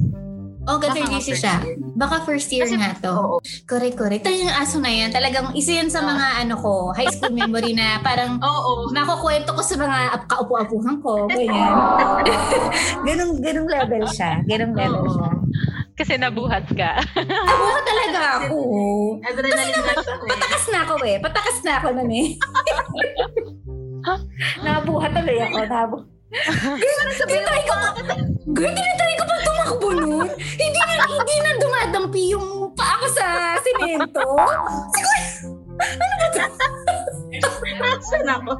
Speaker 1: Oh,
Speaker 2: Baka nga
Speaker 1: ka-30
Speaker 2: first
Speaker 1: siya.
Speaker 2: year.
Speaker 1: Baka first year
Speaker 2: Kasi-
Speaker 1: nga to.
Speaker 2: Oo.
Speaker 1: Correct, correct. Tayo yung aso na yan. Talagang isa yan sa
Speaker 2: Ah.
Speaker 1: mga ano ko, high school memory na parang
Speaker 2: Oo.
Speaker 1: makukwento ko sa mga ap- kaupo-apuhan ko. Ganyan. ganong, ganong level siya. Ganong level
Speaker 2: Oo.
Speaker 1: siya.
Speaker 3: Kasi nabuhat ka.
Speaker 1: Abuha talaga ako.
Speaker 2: Adrenaline rush ko eh.
Speaker 1: Patakas na ako eh. Patakas na ako nun eh. Nabuha tuloy ako. Nabuha. Tinatry ko pa. Girl, tinatry ko pa tumakbo nun. Hindi na, hindi na dumadampi yung paa ko sa simento. Siguro, ano ba ito?
Speaker 2: Nasaan ako?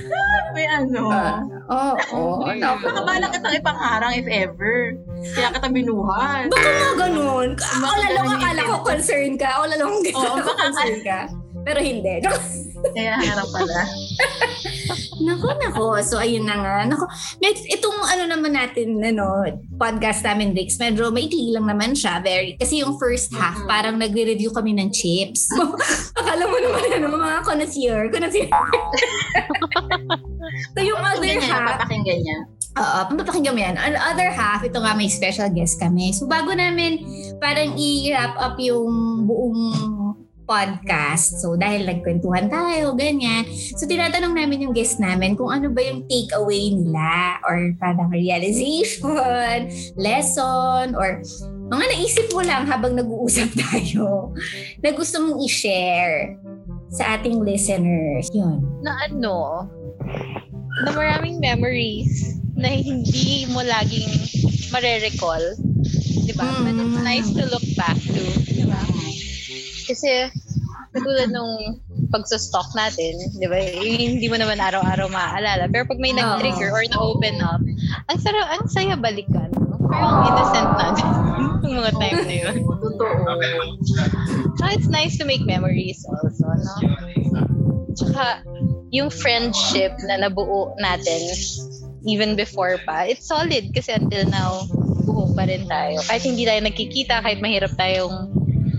Speaker 2: May ano.
Speaker 1: Ah. Oo, oo. naku.
Speaker 2: Baka bala kitang ipangarang if ever. Kaya kita binuhat.
Speaker 1: Baka nga ganun. ano. All along
Speaker 2: ganun yung
Speaker 1: akala ko
Speaker 2: intent.
Speaker 1: concern ka. All along hindi
Speaker 2: Oo,
Speaker 1: ko
Speaker 2: baka-
Speaker 1: concern ka. Pero hindi.
Speaker 2: Kaya harap pala.
Speaker 1: Nako, nako. So, ayun na nga. Nako, Med- itong ano naman natin, ano, podcast namin, Dix, medyo maikli lang naman siya. Very, kasi yung first half,
Speaker 2: Mhm.
Speaker 1: parang nagre-review kami ng chips. So, akala mo naman, ano, mga connoisseur, connoisseur. so, yung other
Speaker 2: Pakinggan niya,
Speaker 1: half,
Speaker 2: papakinggan niya.
Speaker 1: Oo, papakinggan mo yan. On the other half, ito nga may special guest kami. So bago namin parang i-wrap up yung buong podcast. So dahil nagkwentuhan tayo, ganyan. So tinatanong namin yung guest namin kung ano ba yung takeaway nila or parang realization, lesson, or mga naisip mo lang habang nag-uusap tayo na gusto mong i-share sa ating listeners. Yun.
Speaker 3: na ano, na maraming memories na hindi mo laging marerecall. Di ba? But it's
Speaker 1: Mm.
Speaker 3: nice to look back to. Di ba? Kasi tulad nung pagsa-stalk natin, di ba? Yung Hindi mo naman araw-araw maaalala. Pero pag may
Speaker 1: Oo.
Speaker 3: nag-trigger or na-open up, ang sarap, ang saya balikan. Parang innocent natin yung mga time na yun.
Speaker 2: Oo, Totoo.
Speaker 3: So Ah, it's nice to make memories also, no? Tsaka, yung friendship na nabuo natin even before pa, it's solid kasi until now, buo pa rin tayo. Kahit hindi tayo nagkikita, kahit mahirap tayong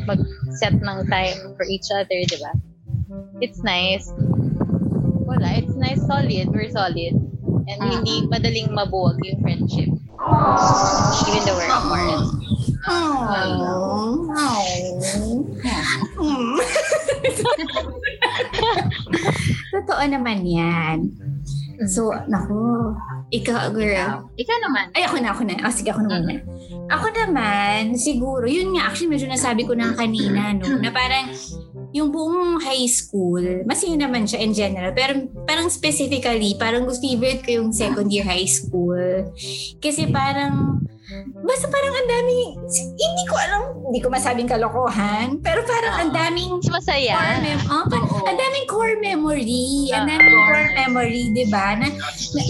Speaker 3: mag-set ng time for each other, di ba? It's nice. Wala, it's nice, solid. We're solid. And
Speaker 2: Ah.
Speaker 3: hindi madaling mabuwag yung friendship. Even though we're apart.
Speaker 1: Aww. Aww. Mm. Totoo naman yan. So, naku. Ikaw, girl.
Speaker 2: Ikaw naman.
Speaker 1: Ay, ako na, ako na. Oh, sige, ako naman. na. Ako naman, siguro, yun nga, actually, medyo nasabi ko na kanina, no, na parang yung buong high school, mas yun naman siya in general, pero parang specifically, parang gusto favorite ko yung second year high school. Kasi parang, basta parang ang dami, hindi ko alam, hindi ko masabing kalokohan, pero parang ang daming
Speaker 3: Mas masaya.
Speaker 1: core mem- oh, pa-
Speaker 2: Oo.
Speaker 1: ang daming core memory. Ang
Speaker 3: Ah,
Speaker 1: daming
Speaker 2: ah.
Speaker 1: core memory, di ba? Na, na,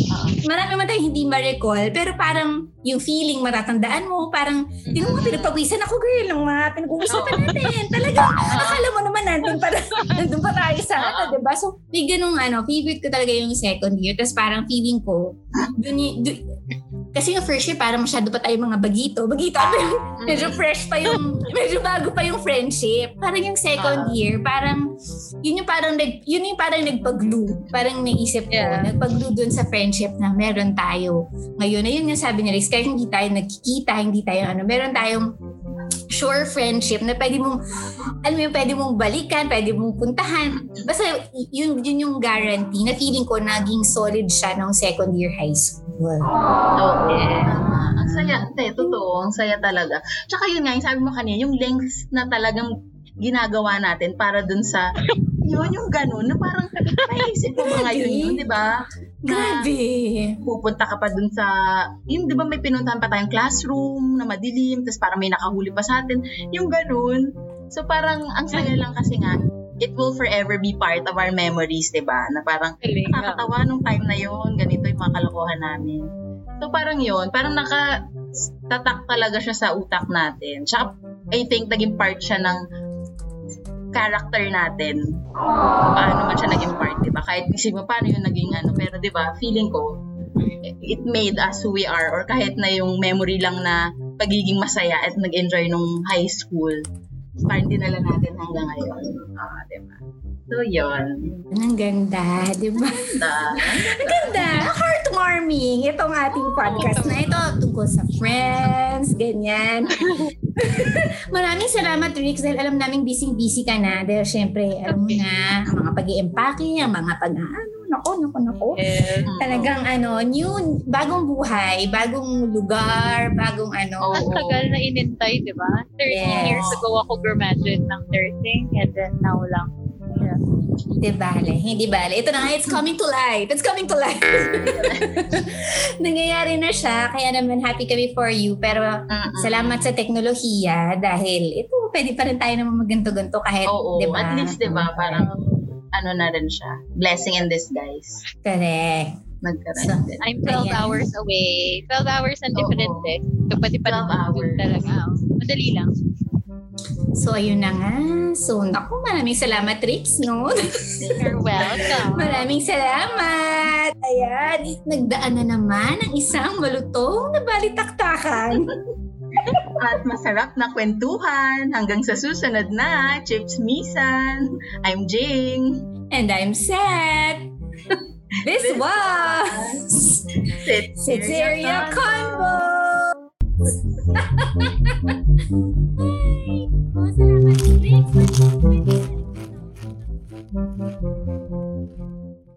Speaker 1: marami man tayong hindi ma-recall, pero parang yung feeling matatandaan mo, parang, di mo pinagpawisan ako, girl, ng mga pinag-uusapan natin. Talaga, akala mo naman nandun pa, nandun pa tayo sa ano, di ba? So, may ganung ano, favorite ko talaga yung second year. Tapos parang feeling ko, dun, y- dun- kasi yung first year, parang masyado pa tayo mga bagito. Bagito, ano yun? Medyo fresh pa yung, medyo bago pa yung friendship. Parang yung second year, parang, yun yung parang, nag, yun yung parang nagpag-glue. Parang naisip ko,
Speaker 3: Yeah.
Speaker 1: nagpag-glue dun sa friendship na meron tayo. Ngayon, ayun nga sabi ni Rex, kahit hindi tayo nagkikita, hindi tayo ano, meron tayong sure friendship na pwede mong, alam mo yun, pwede mong balikan, pwede mong puntahan. Basta y- yun, yun yung guarantee na feeling ko naging solid siya nung second year high school.
Speaker 2: Oo.
Speaker 3: Yeah.
Speaker 2: Tama. Ang saya, te, totoo, ang saya talaga. Tsaka yun nga, yung sabi mo kanina, yung lengths na talagang ginagawa natin para dun sa, yun yung ganun, na parang, naisip ko ba ngayon yun, di ba? Na
Speaker 1: Grabe!
Speaker 2: pupunta ka pa dun sa, yun, di ba may pinuntahan pa tayong classroom na madilim, tapos parang may nakahuli pa sa atin, yung ganun. So parang, ang saya lang kasi nga, it will forever be part of our memories, di ba? Na parang, nakakatawa nung time na yon ganito yung mga kalokohan namin. So parang yon parang naka tatak talaga siya sa utak natin. Tsaka I think naging part siya ng character natin. Paano man siya naging part, di ba? Kahit isip mo paano yung naging ano, pero di ba, feeling ko, it made us who we are or kahit na yung memory lang na pagiging masaya at nag-enjoy nung high school, parang dinala natin hanggang ngayon. Ah, di ba? So, yun. hmm.
Speaker 1: Ang ganda, di ba?
Speaker 2: Na,
Speaker 1: Ang ganda. Heartwarming. Itong ating podcast na ito tungkol sa friends, ganyan. Maraming salamat, Rix, dahil alam naming busy-busy ka na. Dahil syempre, alam mo na, ang mga pag empake ang mga pag ano, nako, nako, nako.
Speaker 3: Yes.
Speaker 1: Talagang ano, new, bagong buhay, bagong lugar, bagong ano.
Speaker 4: Ang
Speaker 2: Oo.
Speaker 4: tagal na inintay, di ba? 13
Speaker 1: Yes.
Speaker 4: years ago ako graduate ng nursing and then now lang.
Speaker 1: Hindi bale, hindi bale. Ito na nga, it's coming to life. It's coming to life. Nangyayari na siya, kaya naman happy kami for you. Pero
Speaker 2: Mm-mm.
Speaker 1: Salamat sa teknolohiya dahil ito, pwede pa rin tayo naman maganto-ganto kahit,
Speaker 2: Oo,
Speaker 1: di ba?
Speaker 2: at least, di ba, parang ano na rin siya. Blessing in disguise.
Speaker 1: Correct.
Speaker 2: Nagkaroon din.
Speaker 4: I'm 12
Speaker 1: Ayan.
Speaker 4: hours away. 12 hours ang different
Speaker 2: Oo.
Speaker 4: eh. So, pati pa
Speaker 2: 12 hours.
Speaker 4: talaga. oh. Madali lang.
Speaker 1: So, ayun na nga. So, naku, maraming salamat, Trips, no?
Speaker 4: You're welcome.
Speaker 1: maraming salamat! Ayan, nagdaan na naman ang isang malutong na balitaktakan.
Speaker 2: At masarap na kwentuhan. Hanggang sa susunod na, Chips Misan. I'm Jing.
Speaker 1: And I'm set! This
Speaker 2: This
Speaker 1: was
Speaker 2: Sit
Speaker 1: Cecilia Convo! Ay, oh, salamat, Trips.